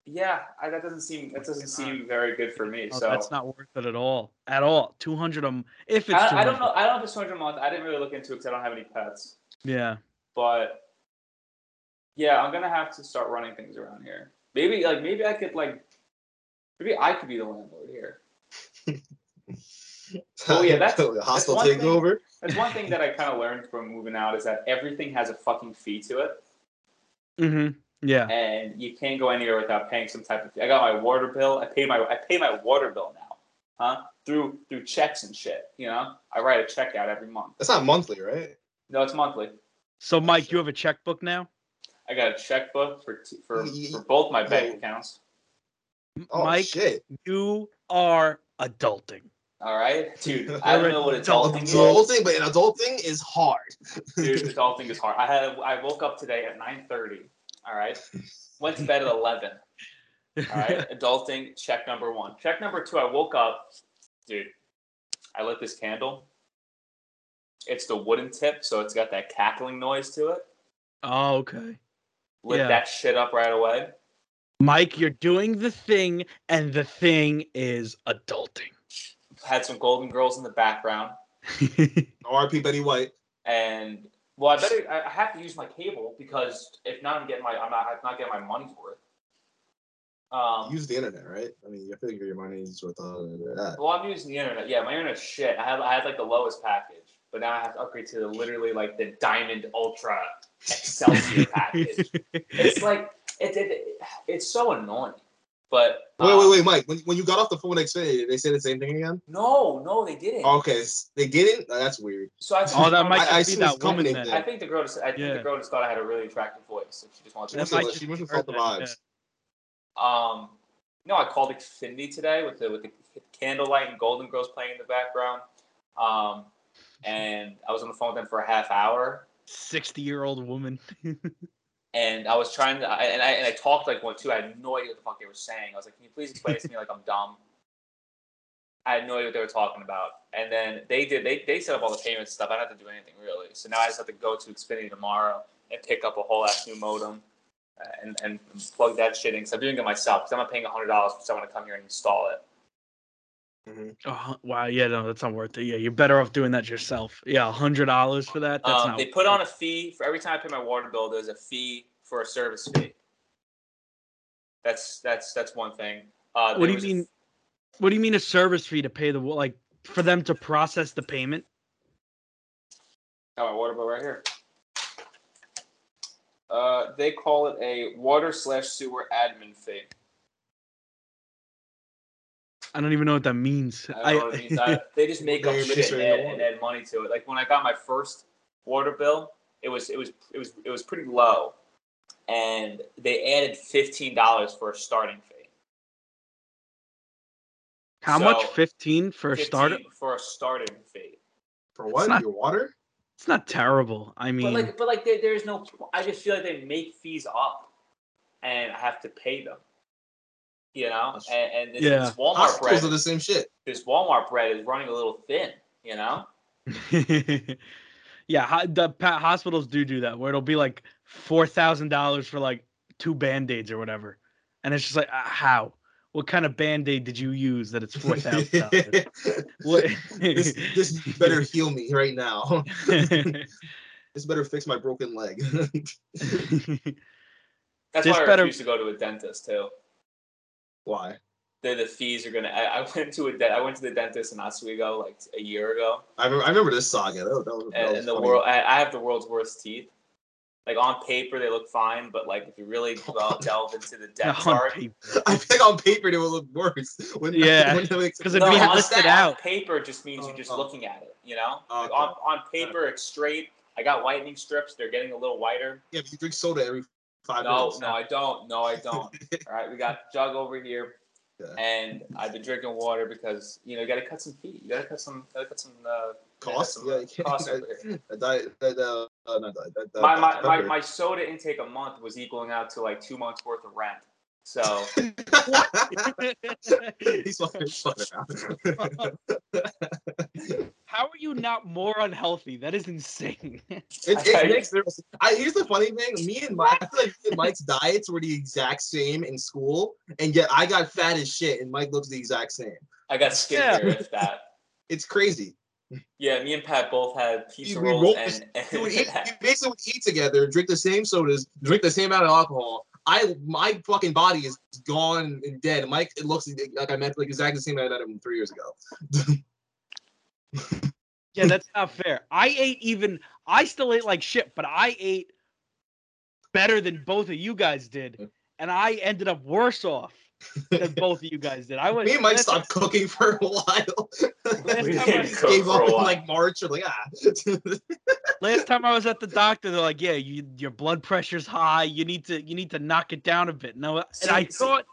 Speaker 2: yeah, I, that doesn't seem that doesn't seem very good for me.
Speaker 1: Oh,
Speaker 2: so
Speaker 1: that's not worth it at all. At all. Two hundred a m- if it's.
Speaker 2: I, I don't
Speaker 1: 200.
Speaker 2: know. I don't know if it's two hundred a month. I didn't really look into it because I don't have any pets.
Speaker 1: Yeah.
Speaker 2: but yeah, I'm gonna have to start running things around here. Maybe like maybe I could like maybe I could be the landlord here. Oh, yeah, that's-
Speaker 3: a hostile
Speaker 2: one thing.
Speaker 3: takeover.
Speaker 2: That's one thing that I kind of learned from moving out is that everything has a fucking fee to it,
Speaker 1: hmm Yeah.
Speaker 2: and you can't go anywhere without paying some type of fee. I got my water bill. I pay my I pay my water bill now, huh? Through through checks and shit. You know, I write a check out every month.
Speaker 3: That's not monthly, right?
Speaker 2: No, it's monthly.
Speaker 1: So Mike, you have a checkbook now.
Speaker 2: I got a checkbook for t- for,
Speaker 3: Ye-
Speaker 2: for both my bank accounts.
Speaker 1: M-
Speaker 3: Oh
Speaker 1: Mike,
Speaker 3: shit!
Speaker 1: you are adulting.
Speaker 2: All right, dude. I don't know what adulting is.
Speaker 3: Adulting, but adulting is hard.
Speaker 2: Dude, this whole thing is hard. I had I woke up today at 9:30. All right. Went to bed at 11. All right. Adulting check number 1. Check number 2, I woke up, dude. I lit this candle. It's the wooden tip, so it's got that cackling noise to it.
Speaker 1: oh, okay.
Speaker 2: Lit
Speaker 1: Yeah.
Speaker 2: that shit up right away.
Speaker 1: Mike, you're doing the thing, and the thing is adulting.
Speaker 2: Had some Golden Girls in the background,
Speaker 3: R.I.P. Betty White.
Speaker 2: and well, I better I I have to use my cable because if not, I'm getting my I'm not I'm not getting my money's worth. Um,
Speaker 3: Use the internet, right? I mean, you figure your money's worth all of that.
Speaker 2: Well, I'm using the internet. Yeah, my internet's shit. I had I had like the lowest package, but now I have to upgrade to the, literally like the Diamond Ultra Excelsior package. It's like it, it, it's so annoying. But
Speaker 3: Wait,
Speaker 2: um,
Speaker 3: wait, wait, Mike. When, when you got off the phone next day, they say the same thing again.
Speaker 2: No, no, they didn't.
Speaker 3: Okay, s- they didn't. Oh, that's weird.
Speaker 2: So I think
Speaker 1: Oh, that might
Speaker 2: I,
Speaker 3: I
Speaker 1: just
Speaker 3: see
Speaker 1: be
Speaker 3: this
Speaker 1: that woman
Speaker 3: company
Speaker 1: then.
Speaker 3: thing.
Speaker 2: I think the girl just I think the
Speaker 1: Yeah.
Speaker 2: girl just thought I had a really attractive voice, and she just wanted
Speaker 3: She
Speaker 2: to.
Speaker 1: That
Speaker 3: must
Speaker 1: might
Speaker 3: have,
Speaker 1: just
Speaker 3: she must have
Speaker 1: be her
Speaker 3: felt the
Speaker 1: then,
Speaker 3: vibes.
Speaker 2: Um, no, I called Xfinity today with the with the candlelight and Golden Girls playing in the background. Um, and I was on the phone with them for a half hour,
Speaker 1: Sixty-year-old woman.
Speaker 2: and I was trying to, I, and I and I talked like one too. I had no idea what the fuck they were saying. I was like, "Can you please explain this to me? Like I'm dumb." I had no idea what they were talking about. And then they did. They they set up all the payment stuff. I don't have to do anything really. So now I just have to go to Xfinity tomorrow and pick up a whole ass new modem. uh, And, and plug that shit in because I'm doing it myself because I'm not paying $100 for someone to come here and install it.
Speaker 3: Mhm.
Speaker 1: Oh, wow. Yeah, no, that's not worth it. Yeah, you're better off doing that yourself. Yeah, hundred dollars for that. That's
Speaker 2: Um,
Speaker 1: not.
Speaker 2: they put on a fee for every time I pay my water bill. There's a fee for a service fee. That's that's that's one thing. Uh,
Speaker 1: What
Speaker 2: there
Speaker 1: do you
Speaker 2: was a-
Speaker 1: mean? What do you mean a service fee to pay the like for them to process the payment?
Speaker 2: Oh, my water bill right here. Uh, they call it a water slash sewer admin fee.
Speaker 1: I don't even know what that means.
Speaker 2: I don't know what it means. I- they just make up
Speaker 3: They're
Speaker 2: shit and
Speaker 3: administering
Speaker 2: add,
Speaker 3: the
Speaker 2: and add money to it. Like when I got my first water bill, it was it was it was it was pretty low, and they added fifteen dollars for a starting fee.
Speaker 1: How
Speaker 2: So,
Speaker 1: much? Fifteen for a starter.
Speaker 2: 15 for a starting fee.
Speaker 3: For what?
Speaker 1: not-
Speaker 3: Your water?
Speaker 1: It's not terrible. I mean,
Speaker 2: But like, but like, there, there's no. I just feel like they make fees up, and I have to pay them. You know,
Speaker 3: That's-
Speaker 2: and, and this,
Speaker 1: Yeah.
Speaker 2: this Walmart
Speaker 3: Hospitals
Speaker 2: bread,
Speaker 3: are the same shit.
Speaker 2: this Walmart bread is running a little thin. You know,
Speaker 1: yeah, ho- the pa- hospitals do do that where it'll be like four thousand dollars for like two band aids or whatever, and it's just like, uh, how? What kind of band aid did you use that it's four thousand dollars? What?
Speaker 3: this, this better heal me right now. this better fix my broken leg.
Speaker 2: that's
Speaker 1: This
Speaker 2: why I
Speaker 1: better-
Speaker 2: refuse to go to a dentist too.
Speaker 3: Why?
Speaker 2: The the fees are gonna. I, I went to a de- I went to the dentist in Oswego like a year ago,
Speaker 3: I remember, I remember this saga. That, was- that was, that
Speaker 2: and,
Speaker 3: was
Speaker 2: and the
Speaker 3: funny.
Speaker 2: world. I, I have the world's worst teeth. Like on paper, they look fine, but like if you really well delve into the
Speaker 1: Yeah,
Speaker 2: depth
Speaker 1: on
Speaker 2: chart,
Speaker 1: paper.
Speaker 3: I think on paper it would look worse. When,
Speaker 1: Yeah.
Speaker 3: when they make-
Speaker 1: Because if we had
Speaker 2: on
Speaker 1: listed
Speaker 2: stat-
Speaker 1: out-
Speaker 2: on paper just means you're just
Speaker 3: Oh, oh.
Speaker 2: looking at it, you know?
Speaker 3: Oh,
Speaker 2: Like
Speaker 3: okay.
Speaker 2: on, on paper, it's straight. I got whitening strips. They're getting a little whiter.
Speaker 3: yeah, but you drink soda every five
Speaker 2: No,
Speaker 3: minutes.
Speaker 2: no, I don't. No, I don't. All right, we got jug over here,
Speaker 3: Yeah.
Speaker 2: and I've been drinking water because you know you got to cut some feet. You got to cut some. Gotta cut some. Uh,
Speaker 3: Cost?
Speaker 2: Yeah,
Speaker 3: Yeah,
Speaker 2: that's cost over
Speaker 3: that, that, that, uh, uh, not diet, that, that,
Speaker 2: my, my,
Speaker 3: Dr.
Speaker 2: my,
Speaker 3: Pepper.
Speaker 2: my soda intake a month was equaling out to like two months worth of rent. So
Speaker 3: He's fucking his foot around.
Speaker 1: How are you not more unhealthy? That is insane.
Speaker 3: It's, it's Nick's. there's- I, here's the funny thing. Me and Mike, I feel like me and Mike's diets were the exact same in school, and yet I got fat as shit, and Mike looks the exact same.
Speaker 2: I got skin
Speaker 1: Yeah.
Speaker 2: here if that.
Speaker 3: It's crazy.
Speaker 2: Yeah, me and Pat both had pizza
Speaker 3: We
Speaker 2: rolls
Speaker 3: rolled
Speaker 2: and,
Speaker 3: We would
Speaker 2: and
Speaker 3: eat, we basically would eat together, drink the same sodas, drink the same amount of alcohol. I my fucking body is gone and dead. Mike, it looks like I met like exactly the same night I met him three years ago.
Speaker 1: yeah, that's not fair. I ate even. I still ate like shit, but I ate better than both of you guys did, and I ended up worse off than both of you guys did. I was.
Speaker 3: Me and Mike
Speaker 1: that's-
Speaker 3: stopped cooking for a while.
Speaker 1: Last
Speaker 2: We
Speaker 1: time,
Speaker 2: didn't
Speaker 1: I,
Speaker 2: cook
Speaker 3: Gave
Speaker 2: for
Speaker 3: up
Speaker 2: a
Speaker 3: in
Speaker 2: while.
Speaker 3: like March or like ah.
Speaker 1: last time I was at the doctor, they're like, "Yeah, you, your blood pressure's high. You need to you need to knock it down a bit." No, and I
Speaker 2: See, see,
Speaker 1: thought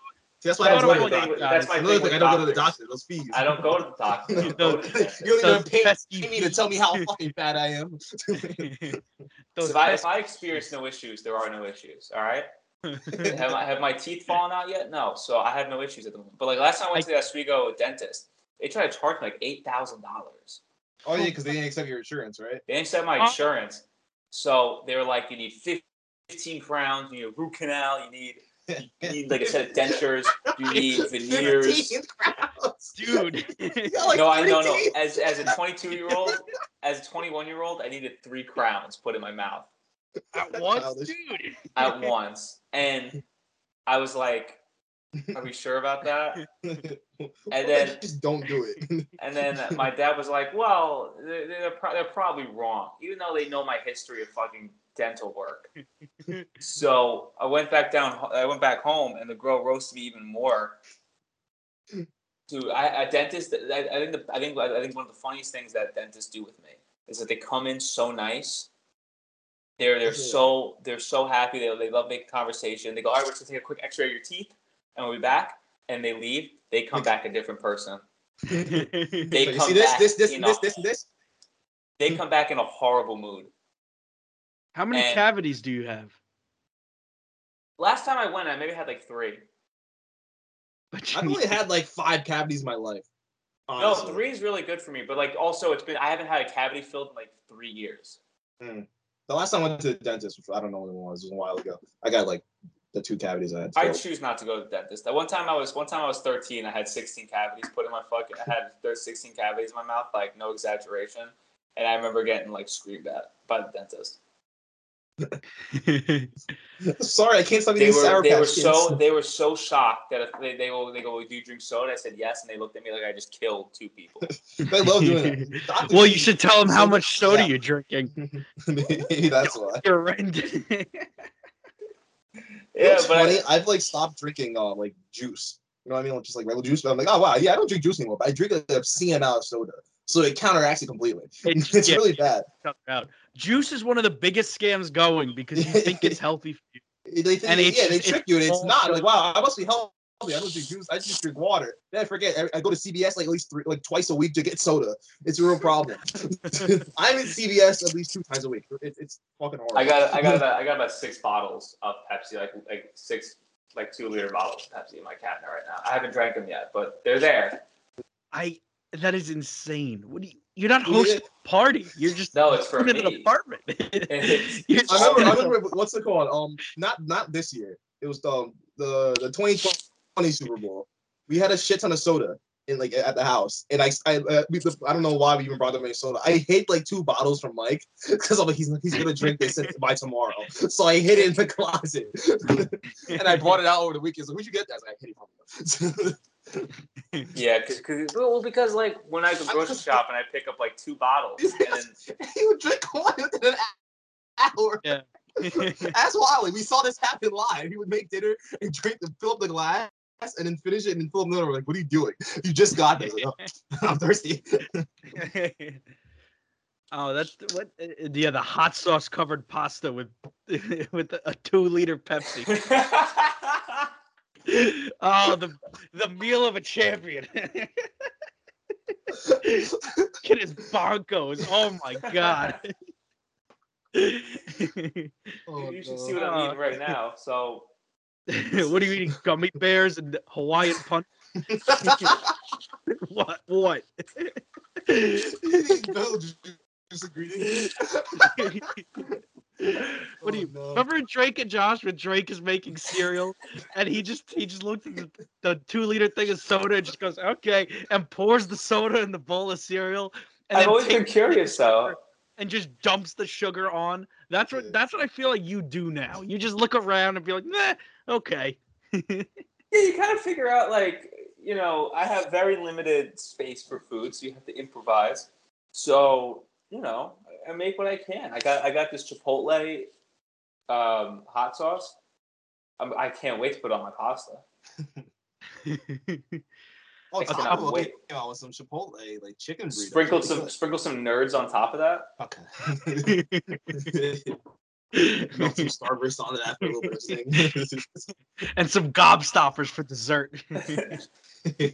Speaker 3: See, that's why
Speaker 2: That's
Speaker 3: I don't
Speaker 2: my
Speaker 3: go to the
Speaker 2: thing.
Speaker 3: doctor.
Speaker 2: with- That's my
Speaker 3: Another
Speaker 2: thing. with
Speaker 3: thing, I don't go to the
Speaker 2: doctors.
Speaker 3: doctor. Those fees.
Speaker 2: I don't go to the doctor. I don't go to the dentist.
Speaker 3: you don't even
Speaker 1: Those
Speaker 3: pay,
Speaker 1: pesky
Speaker 3: pay me to tell me how fucking fat I am.
Speaker 1: those
Speaker 2: if, I,
Speaker 1: pes-
Speaker 2: if I experience no issues, there are no issues. All right. have, my, have my teeth fallen out yet? No. So I have no issues at the moment. But like last time I went to the Oswego dentist, they tried to charge me like eight thousand dollars.
Speaker 3: oh yeah, because they didn't accept your insurance, right?
Speaker 2: They didn't set my
Speaker 1: Huh?
Speaker 2: insurance, so they were like, "You need fif- fifteen crowns. You need a root canal. You need You need, like I said, dentures. You need veneers.
Speaker 3: 15 crowns. You
Speaker 1: dude.
Speaker 3: got, like,
Speaker 2: no, I no no.
Speaker 3: 15.
Speaker 2: As as a 22 year old, as a 21 year old, I needed three crowns put in my mouth
Speaker 1: At
Speaker 3: Childish.
Speaker 1: once, dude.
Speaker 2: at once, and I was like, "Are we sure about that?"
Speaker 3: Well,
Speaker 2: then-
Speaker 3: just don't do it.
Speaker 2: And then my dad was like, "Well, they're they're, pro- they're probably wrong, even though they know my history of fucking dental work." so I went back down. I went back home, and the girl roasted me even more. Dude, I, a dentist. I, I think the, I think I think one of the funniest things that dentists do with me is that they come in so nice. They're they're
Speaker 3: Yeah.
Speaker 2: so they're so happy. They they love making conversation. They go, "All right, we're just gonna take a quick X-ray of your teeth, and we'll be back." And they leave. They come back a different person.
Speaker 1: Dude,
Speaker 2: They
Speaker 3: But you
Speaker 2: come
Speaker 3: see this,
Speaker 2: back
Speaker 3: this, this,
Speaker 2: in
Speaker 3: this,
Speaker 2: a-
Speaker 3: this, this.
Speaker 2: they come back in a horrible mood.
Speaker 1: How many
Speaker 2: And-
Speaker 1: cavities do you have?
Speaker 2: Last time I went, I maybe had like three.
Speaker 1: But you
Speaker 3: I've only had like five cavities in my life.
Speaker 2: No,
Speaker 3: honestly.
Speaker 2: three is really good for me, but like also it's been I haven't had a cavity filled in like three years.
Speaker 3: The last time I went to the dentist, which I don't know when it was, it was a while ago. I got like the two cavities I had.
Speaker 2: I
Speaker 3: filled.
Speaker 2: choose not to go to the dentist. That one time I was one time I was thirteen, I had sixteen cavities put in my fucking I had there's sixteen cavities in my mouth, like no exaggeration. And I remember getting like screamed at by the dentist.
Speaker 3: Sorry, I can't stop
Speaker 2: They
Speaker 3: eating
Speaker 2: were
Speaker 3: sour
Speaker 2: they
Speaker 3: patch
Speaker 2: were
Speaker 3: Kids.
Speaker 2: so they were so shocked that if they, they go they go, Do you drink soda? I said yes, and they looked at me like I just killed two people.
Speaker 3: I love doing that. Dr.
Speaker 1: well, you
Speaker 3: Pepper-
Speaker 1: should tell them how much soda
Speaker 3: Yeah.
Speaker 1: you're drinking.
Speaker 3: Maybe that's why.
Speaker 1: You're rented.
Speaker 3: You know
Speaker 2: yeah,
Speaker 3: what's
Speaker 2: but
Speaker 3: funny?
Speaker 2: I,
Speaker 3: I, have like stopped drinking uh, like juice. You know what I mean? Like, just like regular juice. But I'm like, oh wow, yeah, I don't drink juice anymore. But I drink like, an obscene amount of soda, so it counteracts it completely.
Speaker 1: It's-
Speaker 3: It's
Speaker 1: yeah.
Speaker 3: really bad.
Speaker 1: Cut it out. Juice is one of the biggest scams going because you think it's healthy for you.
Speaker 3: They think,
Speaker 1: And it's
Speaker 3: yeah, they
Speaker 1: just-
Speaker 3: trick
Speaker 1: it's
Speaker 3: you, and it's
Speaker 1: all
Speaker 3: not.
Speaker 1: sugar.
Speaker 3: Like, wow, I must be healthy. I don't drink juice. I just drink water. Then I forget. I- I go to CVS like at least three, like twice a week to get soda. It's a real problem. I'm in CVS at least two times a week. It, it's fucking horrible.
Speaker 2: I got I got about, I got about six bottles of Pepsi, like like six like two liter bottles of Pepsi in my cabinet right now. I haven't drank them yet, but they're there.
Speaker 1: I that is insane. What do you you're not
Speaker 3: Yeah.
Speaker 1: hosting a party. You're just
Speaker 2: No, it's for
Speaker 1: in an
Speaker 2: me.
Speaker 1: apartment.
Speaker 2: It's-
Speaker 1: You're
Speaker 3: I remember, I
Speaker 1: just-
Speaker 3: remember what's it called? Um, not not this year. It was the the the 2020 Super Bowl. We had a shit ton of soda in like at the house, and I I uh, we, I don't know why we even brought that many soda. I hid like two bottles from Mike because I'm like he's he's gonna drink this by tomorrow, so I hid it in the closet, and I brought it out over the weekend. So where'd you get that? I, was like, I hid it from you.
Speaker 2: Yeah, cause, 'cause- well, because like when I go grocery shop and I pick up like two bottles, and then,
Speaker 3: he would drink one within an hour.
Speaker 1: Yeah.
Speaker 3: Ask Wally. We saw this happen live. He would make dinner and drink and fill up the glass and then finish it and then fill up another. We're like, what are you doing? You just got this. Like, "Oh, I'm thirsty.
Speaker 1: oh, that's what uh, yeah, the hot sauce covered pasta with with a two liter Pepsi. oh, the the meal of a champion. Kid is bonkos. Oh my god.
Speaker 3: Oh,
Speaker 2: you should see
Speaker 3: no.
Speaker 2: what I'm eating right now. So
Speaker 1: what are you eating? Gummy bears and Hawaiian punch? What? What?
Speaker 3: No juice ingredients.
Speaker 1: what do
Speaker 3: Oh,
Speaker 1: you
Speaker 3: no.
Speaker 1: remember Drake and Josh when Drake is making cereal and he just he just looked at the, the two liter thing of soda and just goes okay and pours the soda in the bowl of cereal and
Speaker 2: I've
Speaker 1: then
Speaker 2: always
Speaker 1: takes
Speaker 2: been curious though.
Speaker 1: and just dumps the sugar on. That's what
Speaker 3: Yeah.
Speaker 1: that's what I feel like you do now. You just look around and be like, nah, okay.
Speaker 2: Yeah, you kind of figure out like you know I have very limited space for food, so you have to improvise. So you know I I make what I can. I got I got this Chipotle um, hot sauce. I'm, I can't wait to put it on my pasta.
Speaker 3: Oh,
Speaker 2: I cannot
Speaker 3: Taco
Speaker 2: wait.
Speaker 3: Bell with some Chipotle, like chicken burrito.
Speaker 2: Sprinkle some sprinkle some nerds on top of that.
Speaker 3: Okay. Melt some Starburst onto that for a little bit of sting.
Speaker 1: and some gobstoppers for dessert.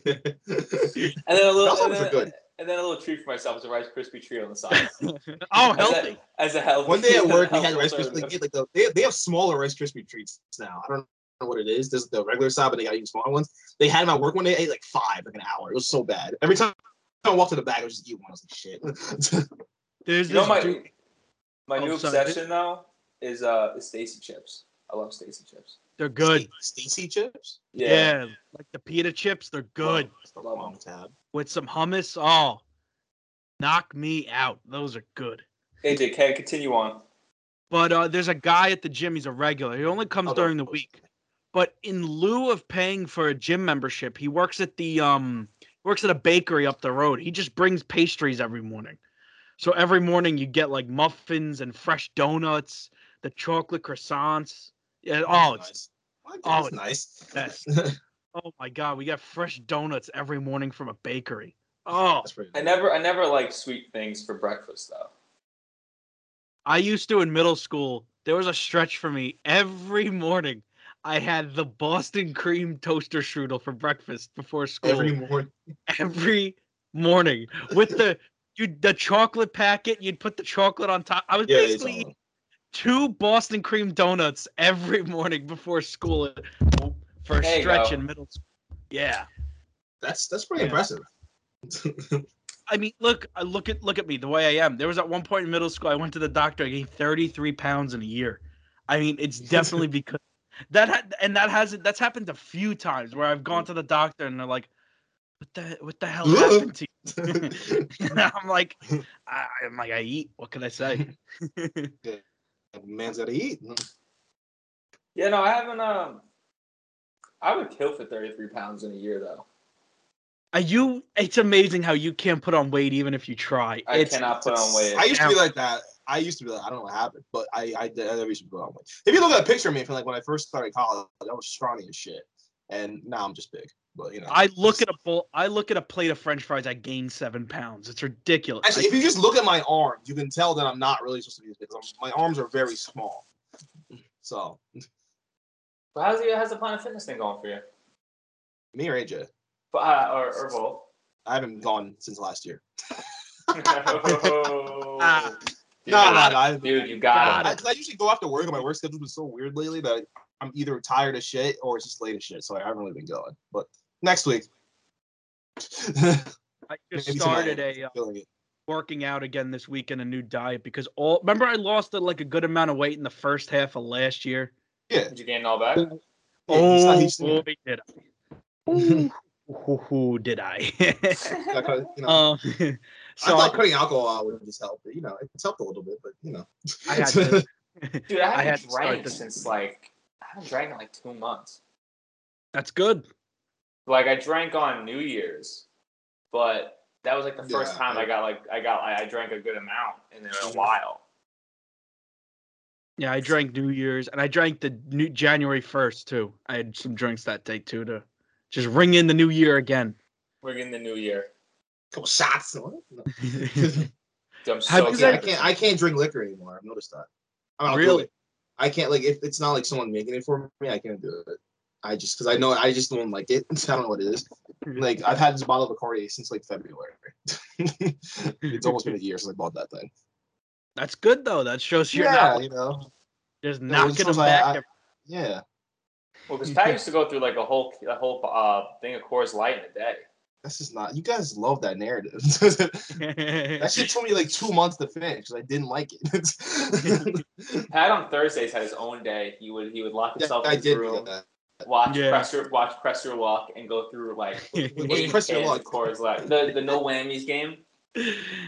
Speaker 2: And then a little
Speaker 3: Those
Speaker 2: and
Speaker 3: ones are
Speaker 2: then,
Speaker 3: good.
Speaker 2: and then a little treat for myself is a rice krispie treat on the side.
Speaker 1: oh,
Speaker 2: As a-
Speaker 1: healthy.
Speaker 2: As a healthy.
Speaker 3: One day at work, we
Speaker 2: healthy
Speaker 3: had Rice Krispies. Like,
Speaker 2: alternative.
Speaker 3: they, like the, they, they have smaller Rice Krispie treats now. I don't know what it is. There's the regular side, but they got even smaller ones. They had them at work one day. I ate like five, like an hour. It was so bad. Every time I walked to the back, I was just eating one. I was like, shit.
Speaker 1: There's
Speaker 2: You know
Speaker 1: this
Speaker 2: my
Speaker 1: dude-
Speaker 2: my
Speaker 1: Oh,
Speaker 2: new
Speaker 1: sorry.
Speaker 2: obsession though is uh is Stacy chips. I love Stacy chips.
Speaker 1: They're good.
Speaker 3: Stacy chips.
Speaker 1: Yeah. like the pita chips, they're good
Speaker 3: Love, love tab.
Speaker 1: with some hummus. Oh, knock me out. Those are good.
Speaker 2: AJ, can continue on?
Speaker 1: But uh, there's a guy at the gym. He's a regular. He only comes
Speaker 3: Oh,
Speaker 1: during the
Speaker 3: those-
Speaker 1: week. But in lieu of paying for a gym membership, he works at the um works at a bakery up the road. He just brings pastries every morning. So every morning you get like muffins and fresh donuts, the chocolate croissants. Yeah, oh, it's
Speaker 3: nice. Well,
Speaker 1: oh,
Speaker 3: oh, it's nice.
Speaker 1: best. oh my god, we got fresh donuts every morning from a bakery. Oh,
Speaker 3: That's pretty
Speaker 2: I
Speaker 3: nice.
Speaker 2: never, I never liked sweet things for breakfast though.
Speaker 1: I used to in middle school, there was a stretch for me every morning. I had the Boston cream toaster strudel for breakfast before school
Speaker 3: Every
Speaker 1: every,
Speaker 3: morning.
Speaker 1: morning with the you the chocolate packet. You'd put the chocolate on top. I was
Speaker 3: Yeah, it's um,
Speaker 1: basically eating
Speaker 3: all,
Speaker 1: two Boston cream donuts every morning before school for a
Speaker 2: There you
Speaker 1: stretch
Speaker 2: go.
Speaker 1: in middle school. Yeah,
Speaker 3: that's that's pretty
Speaker 1: Yeah.
Speaker 3: impressive.
Speaker 1: I mean, look, I look at look at me the way I am. There was at one point in middle school, I went to the doctor. I gained thirty three pounds in a year. I mean, it's definitely because that ha- and that hasn't that's happened a few times where I've gone to the doctor and they're like, "What the what the hell happened to you?" And I'm like, I, I'm like, I eat. What can I say?
Speaker 3: Man's gotta eat.
Speaker 2: Yeah, no, I haven't. Um, I would kill for thirty three pounds in a year though.
Speaker 1: Are Uh, you? It's amazing how you can't put on weight even if you try.
Speaker 2: I
Speaker 1: it's,
Speaker 2: cannot put on weight.
Speaker 3: I used to be like that. I used to be like I don't know what happened, but I I did. I never used to be that way. If you look at a picture of me from like when I first started college, I was scrawny as shit, and now I'm just big. But you know,
Speaker 1: I look at a bowl. I look at a plate of French fries. I gain seven pounds. It's ridiculous.
Speaker 3: actually, if you just look at my arms, you can tell that I'm not really supposed to be this big. 'cause I'm- My arms are very small. So
Speaker 2: But how's the how's the Planet Fitness thing going for you?
Speaker 3: me or AJ,
Speaker 2: But, uh, or or both?
Speaker 3: I haven't gone since last year.
Speaker 1: Ah.
Speaker 2: Dude,
Speaker 3: No, no, no. I-
Speaker 2: dude, you got
Speaker 3: I,
Speaker 2: it.
Speaker 3: 'cause I usually go after work, and my work schedule's been so weird lately that I'm either tired as shit or it's just late as shit. So I haven't really been going. But next week,
Speaker 1: I just
Speaker 3: Maybe tonight.
Speaker 1: started a uh,
Speaker 3: feeling it.
Speaker 1: working out again this week in a new diet because all remember I lost uh, like a good amount of weight in the first half of last year. Oh,
Speaker 2: Did you gain it all back?
Speaker 3: Yeah, it's not heaps to me.
Speaker 1: boy, did I? Ooh, ooh, ooh, did I?
Speaker 3: Like, uh, you know,
Speaker 1: um,
Speaker 3: I
Speaker 1: so
Speaker 3: thought
Speaker 1: I,
Speaker 3: cutting alcohol out would just help. But, you know, it's helped a little bit, but you know,
Speaker 1: I had to,
Speaker 2: Dude, I
Speaker 1: I
Speaker 2: haven't
Speaker 1: had to start
Speaker 2: drank
Speaker 1: this-
Speaker 2: since like I haven't drank in like two months.
Speaker 1: that's good.
Speaker 2: Like I drank on New Year's, but that was like the first
Speaker 3: Yeah,
Speaker 2: time I
Speaker 3: yeah.
Speaker 2: got like I got I, I drank a good amount in a while.
Speaker 1: Yeah, I drank New Year's and I drank the new January first too. I had some drinks that day too to just ring in the new year again.
Speaker 2: We're getting the new year.
Speaker 3: couple shots. No, no.
Speaker 2: Dude, I'm so
Speaker 1: Have you
Speaker 2: glad
Speaker 3: I
Speaker 1: guys-
Speaker 2: this-
Speaker 3: can't. I can't drink liquor anymore. I've noticed that. I don't do
Speaker 1: Really?
Speaker 3: it. I can't like if it's not like someone making it for me. I can't do it. I just because I know I just don't like it. I don't know what it is. Like I've had this bottle of Bacardi since like February. it's almost been a year since I bought that thing.
Speaker 1: That's good though. That shows you're
Speaker 3: yeah,
Speaker 1: not
Speaker 3: you know.
Speaker 1: just
Speaker 3: No,
Speaker 1: knocking
Speaker 3: it's
Speaker 1: them
Speaker 3: just like,
Speaker 1: back.
Speaker 3: I-
Speaker 1: every-
Speaker 3: Yeah.
Speaker 2: Well, because Pat used to go through like a whole a whole uh, thing of Coors Light in a day.
Speaker 3: That's just not. You guys love that narrative. that shit took me like two months to finish. 'cause I didn't like it.
Speaker 2: Pat on Thursdays had his own day. He would he would lock
Speaker 3: yeah,
Speaker 2: himself
Speaker 3: I
Speaker 2: in his
Speaker 3: did do
Speaker 2: room,
Speaker 3: that.
Speaker 2: watch
Speaker 1: Yeah.
Speaker 2: presser watch presser walk, and go through like
Speaker 3: Wait,
Speaker 2: eight
Speaker 3: Press Your
Speaker 2: cans of
Speaker 3: Luck.
Speaker 2: Coors Light. The the no whammies game.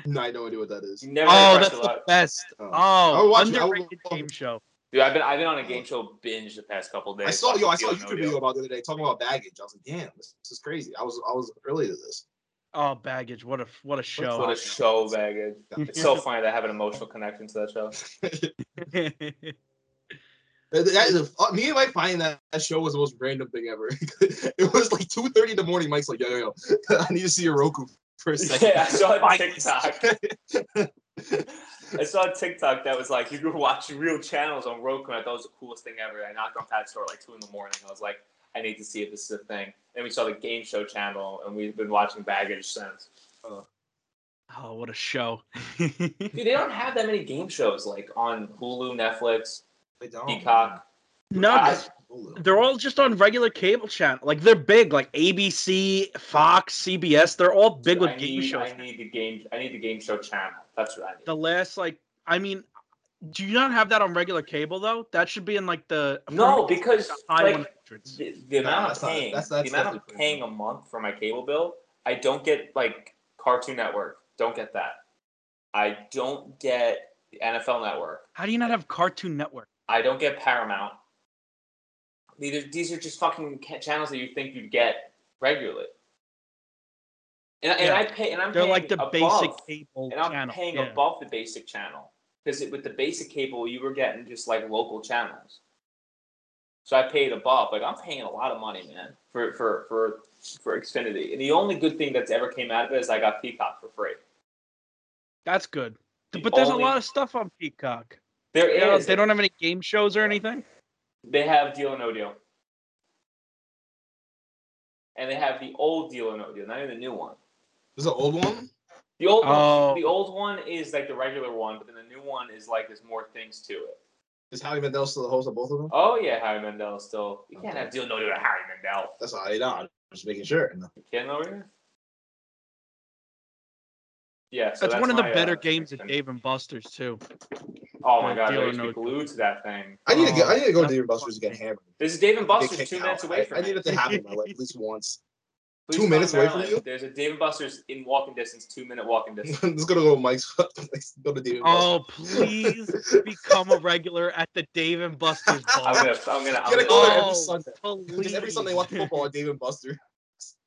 Speaker 3: No, I have no idea what that is.
Speaker 2: You never
Speaker 1: Oh,
Speaker 2: heard
Speaker 1: that's
Speaker 2: Press Your
Speaker 1: the
Speaker 2: Luck.
Speaker 1: best.
Speaker 3: Oh. I
Speaker 1: Oh,
Speaker 3: would watch it. I would
Speaker 1: underrated
Speaker 3: love
Speaker 1: game
Speaker 3: it.
Speaker 1: show.
Speaker 2: Dude, I've been I've been on a game show binge the past couple days.
Speaker 3: I saw yo, I saw
Speaker 2: watching
Speaker 3: a YouTube
Speaker 2: Field and
Speaker 3: video
Speaker 2: Odell.
Speaker 3: about the other day talking about baggage. I was like, damn, this, this is crazy. I was I was early to this.
Speaker 1: Oh, baggage. What a what a show.
Speaker 2: What a show, baggage! It's so funny to have an emotional connection to that show.
Speaker 3: That- that is a- uh, me and Mike finding that, that show was the most random thing ever. it was like two thirty in the morning. Mike's like, yo, yo, yo, I need to see your Roku for a second.
Speaker 2: Yeah, I saw a TikTok. I saw a TikTok that was like you could watch real channels on Roku, and I thought it was the coolest thing ever. I knocked on Pat's door at like two in the morning. I was like, I need to see if this is a thing. And we saw the game show channel, and we've been watching Baggage since.
Speaker 1: oh, what a show.
Speaker 2: Dude, they don't have that many game shows like on Hulu, Netflix,
Speaker 3: They
Speaker 1: Oh,
Speaker 3: don't.
Speaker 2: Peacock.
Speaker 1: no,
Speaker 2: I-
Speaker 1: they're all just on regular cable channel. Like they're big, like ABC, Fox, CBS. They're all big with
Speaker 2: I
Speaker 1: game
Speaker 2: need-
Speaker 1: shows.
Speaker 2: I need the game. I need the game show channel. That's what I need.
Speaker 1: The last like I mean Do you not have that on regular cable though? That should be in like the
Speaker 2: No, because
Speaker 1: high
Speaker 2: like,
Speaker 1: 100s.
Speaker 2: the, the
Speaker 3: Nah,
Speaker 2: amount I'm
Speaker 3: that's not-
Speaker 2: paying,
Speaker 3: that's- that's
Speaker 2: the amount I'm
Speaker 3: definitely
Speaker 2: paying a month for my cable bill, I don't get like Cartoon Network. Don't get that. I don't get the NFL Network.
Speaker 1: How do you not have Cartoon Network?
Speaker 2: I don't get Paramount. These are, these are just fucking ca- channels that you think you'd get regularly. And, and
Speaker 1: Yeah.
Speaker 2: I pay, and I'm
Speaker 1: They're
Speaker 2: paying
Speaker 1: like the
Speaker 2: above,
Speaker 1: basic cable
Speaker 2: and I'm
Speaker 1: channel.
Speaker 2: paying
Speaker 1: Yeah.
Speaker 2: above the basic channel because with the basic cable you were getting just like local channels. So I paid above. Like I'm paying a lot of money, man, for for for for Xfinity. And the only good thing that's ever came out of it is I got Peacock for free.
Speaker 1: That's good.
Speaker 2: The
Speaker 1: But there's
Speaker 2: only-
Speaker 1: a lot of stuff on Peacock.
Speaker 2: There
Speaker 1: They don't-
Speaker 2: is.
Speaker 1: they don't have any game shows or anything.
Speaker 2: They have Deal or No Deal. And they have the old Deal or No Deal, not even the new one.
Speaker 3: This is an old one.
Speaker 2: The old
Speaker 1: Oh.
Speaker 2: one, the old one is like the regular one, but then the new one is like there's more things to it.
Speaker 3: Is Howie Mandel still the host of both of them?
Speaker 2: Oh yeah, Harry Mandel is still. You can't have Deal or No Deal with Harry Mandel.
Speaker 3: That's all I know. I'm just making sure. No.
Speaker 2: You kidding over here? Yeah, so
Speaker 1: that's, one of the
Speaker 2: my,
Speaker 1: better
Speaker 2: uh,
Speaker 1: games at
Speaker 2: prediction.
Speaker 1: Dave and Buster's too.
Speaker 2: Oh my god,
Speaker 1: Deal
Speaker 2: I
Speaker 1: or
Speaker 2: used to
Speaker 1: No
Speaker 2: be glued to that thing.
Speaker 3: I need to go.
Speaker 1: Oh,
Speaker 3: I need to go to
Speaker 1: that's
Speaker 3: Dave Buster's and get hammered.
Speaker 2: This is Dave and
Speaker 3: Get
Speaker 2: Buster's
Speaker 3: kicked
Speaker 2: two
Speaker 3: out.
Speaker 2: minutes away
Speaker 3: I,
Speaker 2: from
Speaker 3: I
Speaker 2: me.
Speaker 3: need it to happen in my life at least once.
Speaker 2: Please
Speaker 3: two
Speaker 2: come
Speaker 3: minutes
Speaker 2: to
Speaker 3: away from
Speaker 2: Maryland.
Speaker 3: you?
Speaker 2: There's a Dave and Buster's in walking distance, two minute walking
Speaker 3: I'm
Speaker 2: distance.
Speaker 3: just gonna go to Mike's. Let's go to Dave Buster's.
Speaker 1: Oh, please become a regular at the Dave and Buster's
Speaker 2: I'm
Speaker 1: bar.
Speaker 2: gonna, I'm gonna, I'm
Speaker 3: Get
Speaker 2: gonna,
Speaker 1: Oh,
Speaker 3: a go there every Sunday.
Speaker 1: please.
Speaker 3: Just every Sunday, watch football at Dave and Buster.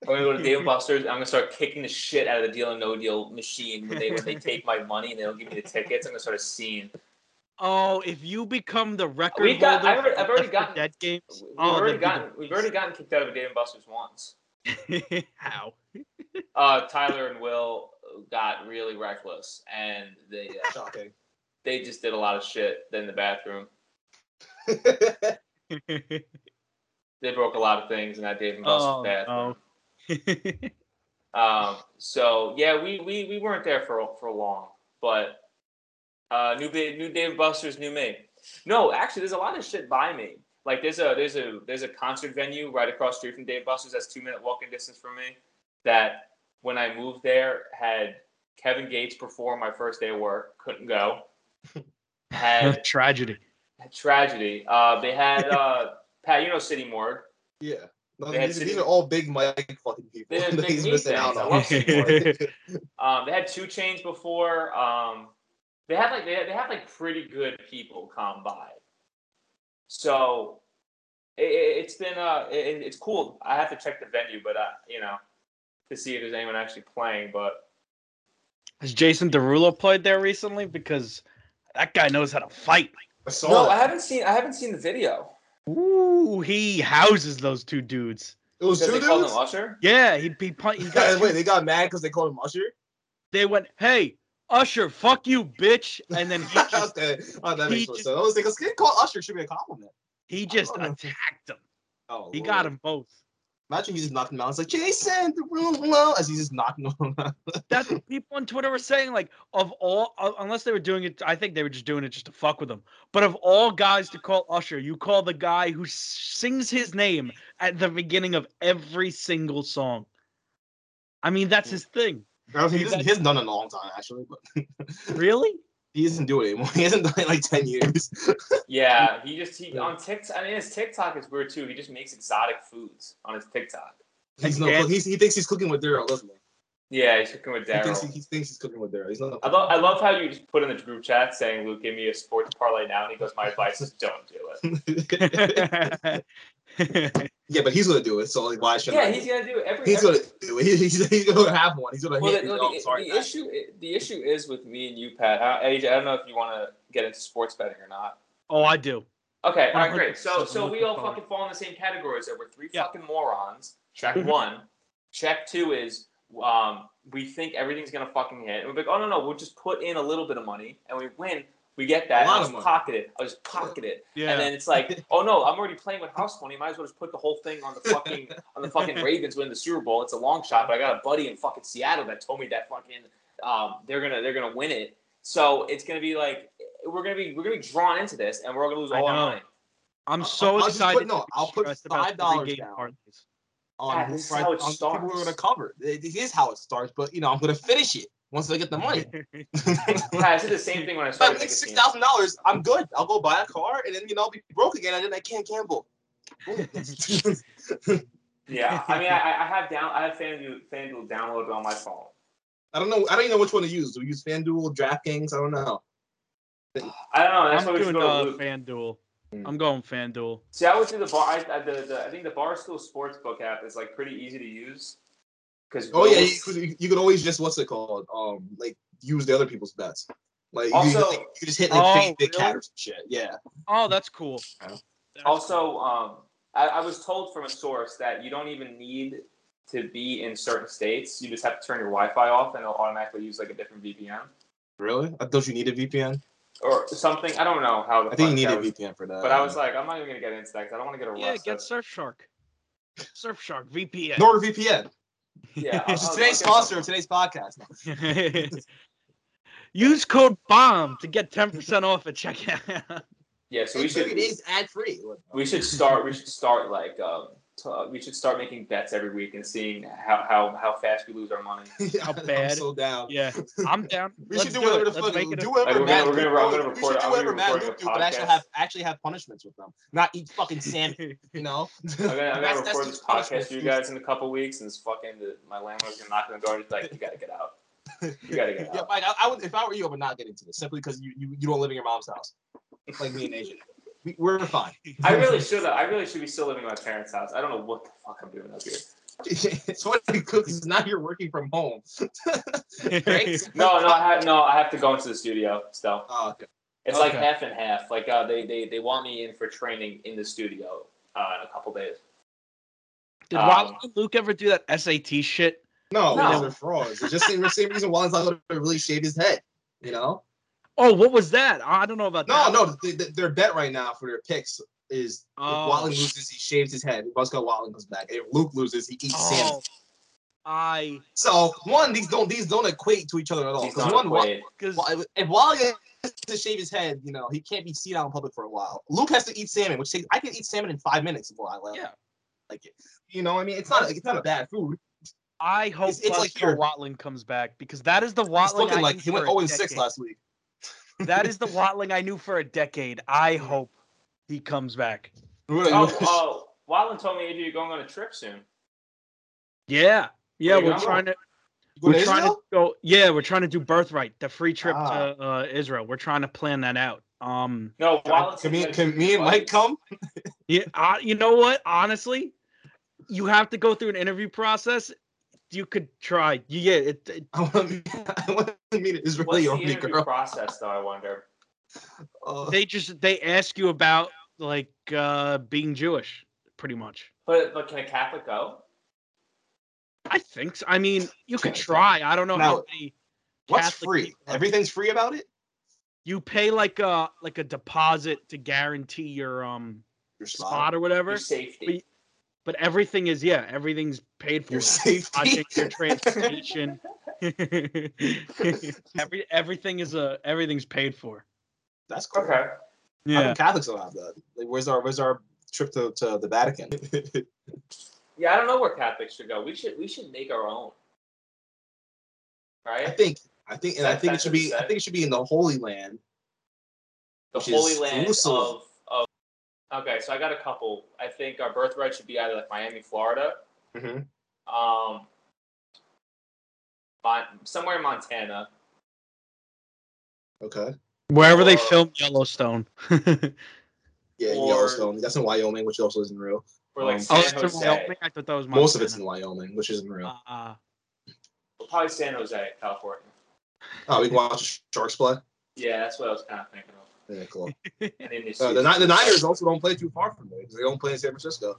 Speaker 2: I'm gonna go to Dave and Buster's. I'm gonna start kicking the shit out of the Deal and No Deal machine when they when they take my money and they don't give me the tickets. I'm gonna start seeing.
Speaker 1: Oh, if you become the record
Speaker 2: We've got-
Speaker 1: holder,
Speaker 2: I've already-
Speaker 1: for
Speaker 2: I've already
Speaker 1: Left 4
Speaker 2: gotten-
Speaker 1: Dead games.
Speaker 2: We've
Speaker 1: Oh,
Speaker 2: already
Speaker 1: that'd be the
Speaker 2: gotten, we've already gotten kicked out of a Dave and Buster's once.
Speaker 1: How?
Speaker 2: Uh, Tyler and Will got really reckless, and they uh,
Speaker 3: Shocking.
Speaker 2: they just did a lot of shit in the bathroom. They broke a lot of things in that Dave and Buster's
Speaker 1: oh, no.
Speaker 2: bathroom. Um, so yeah, we, we we weren't there for for long, but uh, new Ba- new Dave Buster's, new me. No, actually, there's a lot of shit by me. Like there's a there's a there's a concert venue right across the street from Dave Buster's that's two minute walking distance from me. That when I moved there had Kevin Gates perform my first day of work, couldn't go. Had
Speaker 1: Tragedy.
Speaker 2: tragedy. Uh, they had uh, Pat, you know City Morgue.
Speaker 3: yeah. No,
Speaker 2: They had
Speaker 3: these,
Speaker 2: City-
Speaker 3: these are all big Mike fucking people.
Speaker 2: They had
Speaker 3: that
Speaker 2: big
Speaker 3: He's
Speaker 2: meat
Speaker 3: missing
Speaker 2: things.
Speaker 3: out
Speaker 2: I
Speaker 3: on.
Speaker 2: love City Morgue.
Speaker 1: yeah,
Speaker 2: Um, they had two chains before. Um, they had like they had, they had like pretty good people come by. So it, it- it's been uh it, it's cool. I have to check the venue, but uh, you know to see if there's anyone actually playing. But
Speaker 1: has Jason Derulo played there recently? Because that guy knows how to fight.
Speaker 3: I saw
Speaker 2: no,
Speaker 3: that.
Speaker 2: I haven't seen I haven't seen the video.
Speaker 1: Ooh, he houses those two dudes.
Speaker 3: It was
Speaker 2: Because
Speaker 3: two
Speaker 2: they called him
Speaker 3: dudes.
Speaker 2: Usher.
Speaker 1: Yeah, he'd be punch. He
Speaker 3: Yeah,
Speaker 1: got,
Speaker 3: wait, they got mad because they called him Usher.
Speaker 1: they went, "Hey, Usher, fuck you, bitch," and then he just
Speaker 3: okay. oh, that
Speaker 1: he
Speaker 3: makes more
Speaker 1: just-
Speaker 3: sense. I was like, "Let's get called Usher should be a compliment.
Speaker 1: he just
Speaker 3: don't know.
Speaker 1: attacked him.
Speaker 3: Oh,
Speaker 1: He
Speaker 3: Lord.
Speaker 1: got him both.
Speaker 3: Imagine he just knocked him out. It's like Jason, the room low, as he's just knocking him out.
Speaker 1: That's what people on Twitter were saying. Like, of all, uh, unless they were doing it, I think they were just doing it just to fuck with him. But of all guys to call Usher, you call the guy who sings his name at the beginning of every single song. I mean, that's his thing.
Speaker 3: I don't think- he,
Speaker 1: He
Speaker 3: doesn't- he hasn't done it in a long time actually, but
Speaker 1: Really?
Speaker 3: he doesn't do it anymore. He hasn't done it in like ten years.
Speaker 2: Yeah, he just he
Speaker 3: Yeah.
Speaker 2: on TikTok. I mean, his TikTok is weird too. He just makes exotic foods on his TikTok.
Speaker 3: He's not.
Speaker 1: Yeah.
Speaker 3: He's, he thinks he's cooking with Daryl, doesn't he?
Speaker 2: Yeah, he's cooking with
Speaker 3: He thinks he,
Speaker 2: Daryl.
Speaker 3: he thinks he's cooking with Daryl. He's not.
Speaker 2: I love, I love how you just put in the group chat saying, Luke, give me a sports parlay now. And he goes, My advice is don't do it.
Speaker 3: yeah, but he's gonna do it. So like, why should
Speaker 2: Yeah,
Speaker 3: I?
Speaker 2: he's going to do it. Every,
Speaker 3: He's
Speaker 2: every,
Speaker 3: gonna do it. He- He's, he's gonna have one. He's gonna
Speaker 2: well,
Speaker 3: hit.
Speaker 2: the,
Speaker 3: it.
Speaker 2: no,
Speaker 3: oh,
Speaker 2: the,
Speaker 3: sorry.
Speaker 2: the issue, the issue is with me and you, Pat. I, AJ, I don't know if you want to get into sports betting or not.
Speaker 1: oh, I do.
Speaker 2: Okay, all right,
Speaker 1: 100%,
Speaker 2: great. So, so we
Speaker 1: looking
Speaker 2: all
Speaker 1: forward.
Speaker 2: fucking fall in the same categories. That we're three
Speaker 1: Yeah.
Speaker 2: fucking morons. Check one. Check two is um, we think everything's gonna fucking hit, and we're like, oh no no, we'll just put in a little bit of money, and we win. We get that.
Speaker 3: A
Speaker 2: I'll
Speaker 3: lot of
Speaker 2: just
Speaker 3: money.
Speaker 2: pocket it. I'll just pocket it.
Speaker 1: Yeah.
Speaker 2: And then it's like, oh no, I'm already playing with house money. Might as well just put the whole thing on the fucking on the fucking Ravens win the Super Bowl. It's a long shot, but I got a buddy in fucking Seattle that told me that fucking um, they're gonna they're gonna win it. So it's gonna be like we're gonna be we're gonna be drawn into this, and we're gonna lose
Speaker 1: I
Speaker 2: all our
Speaker 1: know.
Speaker 2: money.
Speaker 1: I'm
Speaker 3: I'll-
Speaker 1: so
Speaker 3: I'll just put-
Speaker 1: excited. to
Speaker 3: no,
Speaker 1: be
Speaker 3: I'll put
Speaker 1: stressed about
Speaker 3: $5
Speaker 1: three-game
Speaker 3: down.
Speaker 1: parlays.
Speaker 3: on
Speaker 2: Yeah,
Speaker 3: who
Speaker 2: this is
Speaker 3: Fri-
Speaker 2: how it
Speaker 3: on people who are
Speaker 2: starts.
Speaker 3: gonna cover. This is how it starts, but you know I'm gonna finish it. once they get the money.
Speaker 2: Yeah, I did the same thing when I
Speaker 3: if I
Speaker 2: started.
Speaker 3: make six
Speaker 2: nicotine.
Speaker 3: thousand dollars, I'm good. I'll go buy a car, and then you know I'll be broke again, and then I can't gamble.
Speaker 2: Yeah, I mean, I, I have down, I have FanDuel, FanDuel downloaded on my phone.
Speaker 3: I don't know. I don't even know which one to use. Do we use FanDuel, DraftKings? I don't know.
Speaker 2: I don't know. That's
Speaker 1: I'm
Speaker 2: why we should
Speaker 1: doing
Speaker 2: go
Speaker 1: uh,
Speaker 2: to Luke.
Speaker 1: FanDuel.
Speaker 3: Mm.
Speaker 1: I'm going FanDuel.
Speaker 2: See, I would do the bar. I, I, the, the, I think the Barstool Sportsbook app is like pretty easy to use. Because
Speaker 3: Oh yeah, you, could- you could always just what's it called? Um, like use the other people's bets. Like you,
Speaker 2: Also-
Speaker 3: just, like, you just hit like
Speaker 1: Oh,
Speaker 3: fade big
Speaker 1: really?
Speaker 3: cat or some shit. Yeah.
Speaker 1: Oh, that's cool.
Speaker 3: Yeah.
Speaker 1: That's
Speaker 2: also, um, I, I was told from a source that you don't even need to be in certain states. You just have to turn your Wi-Fi off, and it'll automatically use like a different VPN
Speaker 3: Really? Uh, Don't you need a VPN?
Speaker 2: or something. I don't know how. The
Speaker 3: I
Speaker 2: fuck
Speaker 3: think you need
Speaker 2: that
Speaker 3: a
Speaker 2: was-
Speaker 3: VPN for that.
Speaker 2: But I was like, I'm not even gonna get into that because I don't want to get
Speaker 1: cool.
Speaker 2: arrested.
Speaker 1: yeah, get Surfshark. Surfshark VPN.
Speaker 3: NordVPN.
Speaker 2: yeah.
Speaker 3: Which is
Speaker 2: I'll- I'll
Speaker 3: today's
Speaker 2: get
Speaker 3: sponsor of today's podcast.
Speaker 1: Use code BOMB to get 10% off at checkout.
Speaker 2: Yeah, so we should
Speaker 3: It is ad free.
Speaker 2: we should start we should start like um, t- uh, we should start making bets every week and seeing how how, how fast we lose our money.
Speaker 1: How bad.
Speaker 3: I'm so down.
Speaker 1: yeah, I'm down.
Speaker 3: We
Speaker 1: Let's
Speaker 3: should do whatever
Speaker 1: it.
Speaker 3: the
Speaker 1: Let's
Speaker 3: fuck.
Speaker 1: make it
Speaker 3: Do
Speaker 1: a-
Speaker 2: Like,
Speaker 3: whatever
Speaker 2: we're
Speaker 3: Matt
Speaker 2: gonna- we're gonna- I'm
Speaker 3: Luke-
Speaker 2: gonna
Speaker 3: We
Speaker 2: record
Speaker 3: should
Speaker 2: it.
Speaker 3: do
Speaker 2: I'm
Speaker 3: whatever
Speaker 2: gonna
Speaker 3: Matt
Speaker 2: record
Speaker 3: Luke
Speaker 2: a
Speaker 3: do, but actually
Speaker 2: podcast.
Speaker 3: have actually have punishments with them. Not eat fucking salmon. You know.
Speaker 2: I'm gonna, I'm
Speaker 3: That's-
Speaker 2: gonna
Speaker 3: that's
Speaker 2: record
Speaker 3: just
Speaker 2: this podcast
Speaker 3: punishment.
Speaker 2: to you guys in a couple weeks, and it's fucking the, my landlord's gonna knock on the door and he's like, "You gotta get out. You gotta get
Speaker 3: Yeah,
Speaker 2: out."
Speaker 3: Mike, I, I would if I were you, I would not get into this simply because you, you, you don't live in your mom's house, like me and Asian. We, we're fine.
Speaker 2: I really should. I really should be still living in my parents' house. I don't know what the fuck I'm doing up here.
Speaker 3: it's what you cook. It's not you're working from home. right?
Speaker 2: No, no, I have no. I have to go into the studio still.
Speaker 3: Oh, okay.
Speaker 2: It's like
Speaker 1: Okay.
Speaker 2: half and half. Like uh, they, they they want me in for training in the studio uh, in a couple days.
Speaker 1: Did
Speaker 2: Um,
Speaker 1: Wild
Speaker 3: Uh,
Speaker 1: Man Luke ever do that SAT shit?
Speaker 3: No,
Speaker 2: No.
Speaker 3: no, they're frauds. It's just the same reason Wallen's not going to really shave his head. You know?
Speaker 1: Oh, what was that? I don't know about
Speaker 3: No,
Speaker 1: that.
Speaker 3: no. They, they, their bet right now for their picks is
Speaker 1: Oh.
Speaker 3: if Wallen loses, he shaves his head. Bosco Wallen comes back. If Luke loses, he eats salmon.
Speaker 1: Oh, I
Speaker 3: So one, these don't these don't equate to each other at all.
Speaker 2: He's
Speaker 3: Because
Speaker 2: not
Speaker 3: one, Wa-
Speaker 2: afraid.
Speaker 1: because
Speaker 3: Well, if- if Wally has to shave his head, you know, he can't be seen out in public for a while. Luke has to eat salmon, which takes I can eat salmon in five minutes if I like.
Speaker 1: Yeah.
Speaker 3: Like it. You know, what I mean it's not it's not a bad food.
Speaker 1: I hope
Speaker 3: It's- it's like
Speaker 1: Buster
Speaker 3: your-
Speaker 1: Watling comes back because that is the
Speaker 3: He's
Speaker 1: Watling I
Speaker 3: looking like
Speaker 1: knew
Speaker 3: he went
Speaker 1: for a
Speaker 3: 0 6
Speaker 1: decade.
Speaker 3: last week.
Speaker 1: That is the Watling I knew for a decade. I hope he comes back.
Speaker 3: Really?
Speaker 2: Oh, oh, Wallen told me AJ, you're going on a trip soon.
Speaker 1: Yeah, yeah,
Speaker 2: There you
Speaker 1: we're
Speaker 2: go.
Speaker 1: trying to
Speaker 3: You go to
Speaker 1: we're trying to
Speaker 3: Israel?
Speaker 1: go. Yeah, we're trying to do birthright, the free trip
Speaker 3: Ah.
Speaker 1: to uh, Israel. We're trying to plan that out. Um,
Speaker 2: No,
Speaker 3: Can,
Speaker 2: Wallen.
Speaker 3: I-
Speaker 2: said
Speaker 3: can
Speaker 2: he
Speaker 3: me,
Speaker 2: had-
Speaker 3: can me and Mike come?
Speaker 1: yeah, I, you know what? Honestly, you have to go through an interview process. You could try. You- Yeah, it, it-
Speaker 3: I want to meet, I want to meet an
Speaker 2: What's
Speaker 3: Israeli
Speaker 2: the
Speaker 3: army
Speaker 2: interview
Speaker 3: girl.
Speaker 2: process, though? I wonder.
Speaker 3: Uh,
Speaker 1: they just they ask you about like uh, being Jewish, pretty much.
Speaker 2: But but can a Catholic go?
Speaker 1: I think so. I mean, you could
Speaker 3: Okay.
Speaker 1: try. I don't know how
Speaker 3: Now,
Speaker 1: many.
Speaker 3: what's
Speaker 1: Catholic
Speaker 3: free?
Speaker 1: people-
Speaker 3: Everything's free about it?
Speaker 1: You pay like a like a deposit to guarantee your um
Speaker 3: Your
Speaker 1: spot,
Speaker 3: spot.
Speaker 1: or whatever.
Speaker 2: Your safety.
Speaker 1: But- But everything is yeah, everything's paid for.
Speaker 3: Your
Speaker 1: Lodging,
Speaker 3: safety.
Speaker 1: your transportation. Every everything is a everything's paid for.
Speaker 3: That's cool.
Speaker 2: Okay.
Speaker 3: How come Catholics don't have that? Like, where's our where's our trip to, to the Vatican?
Speaker 2: Yeah, I don't know where Catholics should go. We should we should make our own.
Speaker 3: I
Speaker 2: Right.
Speaker 3: think I think and I
Speaker 2: That-
Speaker 3: think it
Speaker 2: that's
Speaker 3: should
Speaker 2: what it
Speaker 3: be I
Speaker 2: said.
Speaker 3: think it should be in the Holy Land.
Speaker 2: The
Speaker 3: which
Speaker 2: Holy
Speaker 3: is
Speaker 2: Land
Speaker 3: Jerusalem.
Speaker 2: of of. Okay, so I got a couple. I think our birthright should be either like Miami, Florida, Mm-hmm. um, Mon- somewhere in Montana.
Speaker 3: Okay.
Speaker 1: Wherever they
Speaker 2: Or-
Speaker 1: film Yellowstone. Oh,
Speaker 3: Yeah, in
Speaker 2: Or-
Speaker 3: Yellowstone. That's in Wyoming, which also isn't real.
Speaker 2: Or like
Speaker 3: Um,
Speaker 1: oh,
Speaker 2: San
Speaker 1: it's from
Speaker 2: Jose.
Speaker 1: Wyoming. I thought that was Montana.
Speaker 3: Most of it's in Wyoming, which isn't real.
Speaker 1: Uh,
Speaker 2: Well, probably San Jose, California.
Speaker 3: Oh, we can watch Sharks play.
Speaker 2: Yeah, that's what I was kind of thinking of.
Speaker 3: Yeah, cool.
Speaker 2: And then this
Speaker 3: Uh, the, Ni- the Niners also don't play too far from there because they don't play in San Francisco.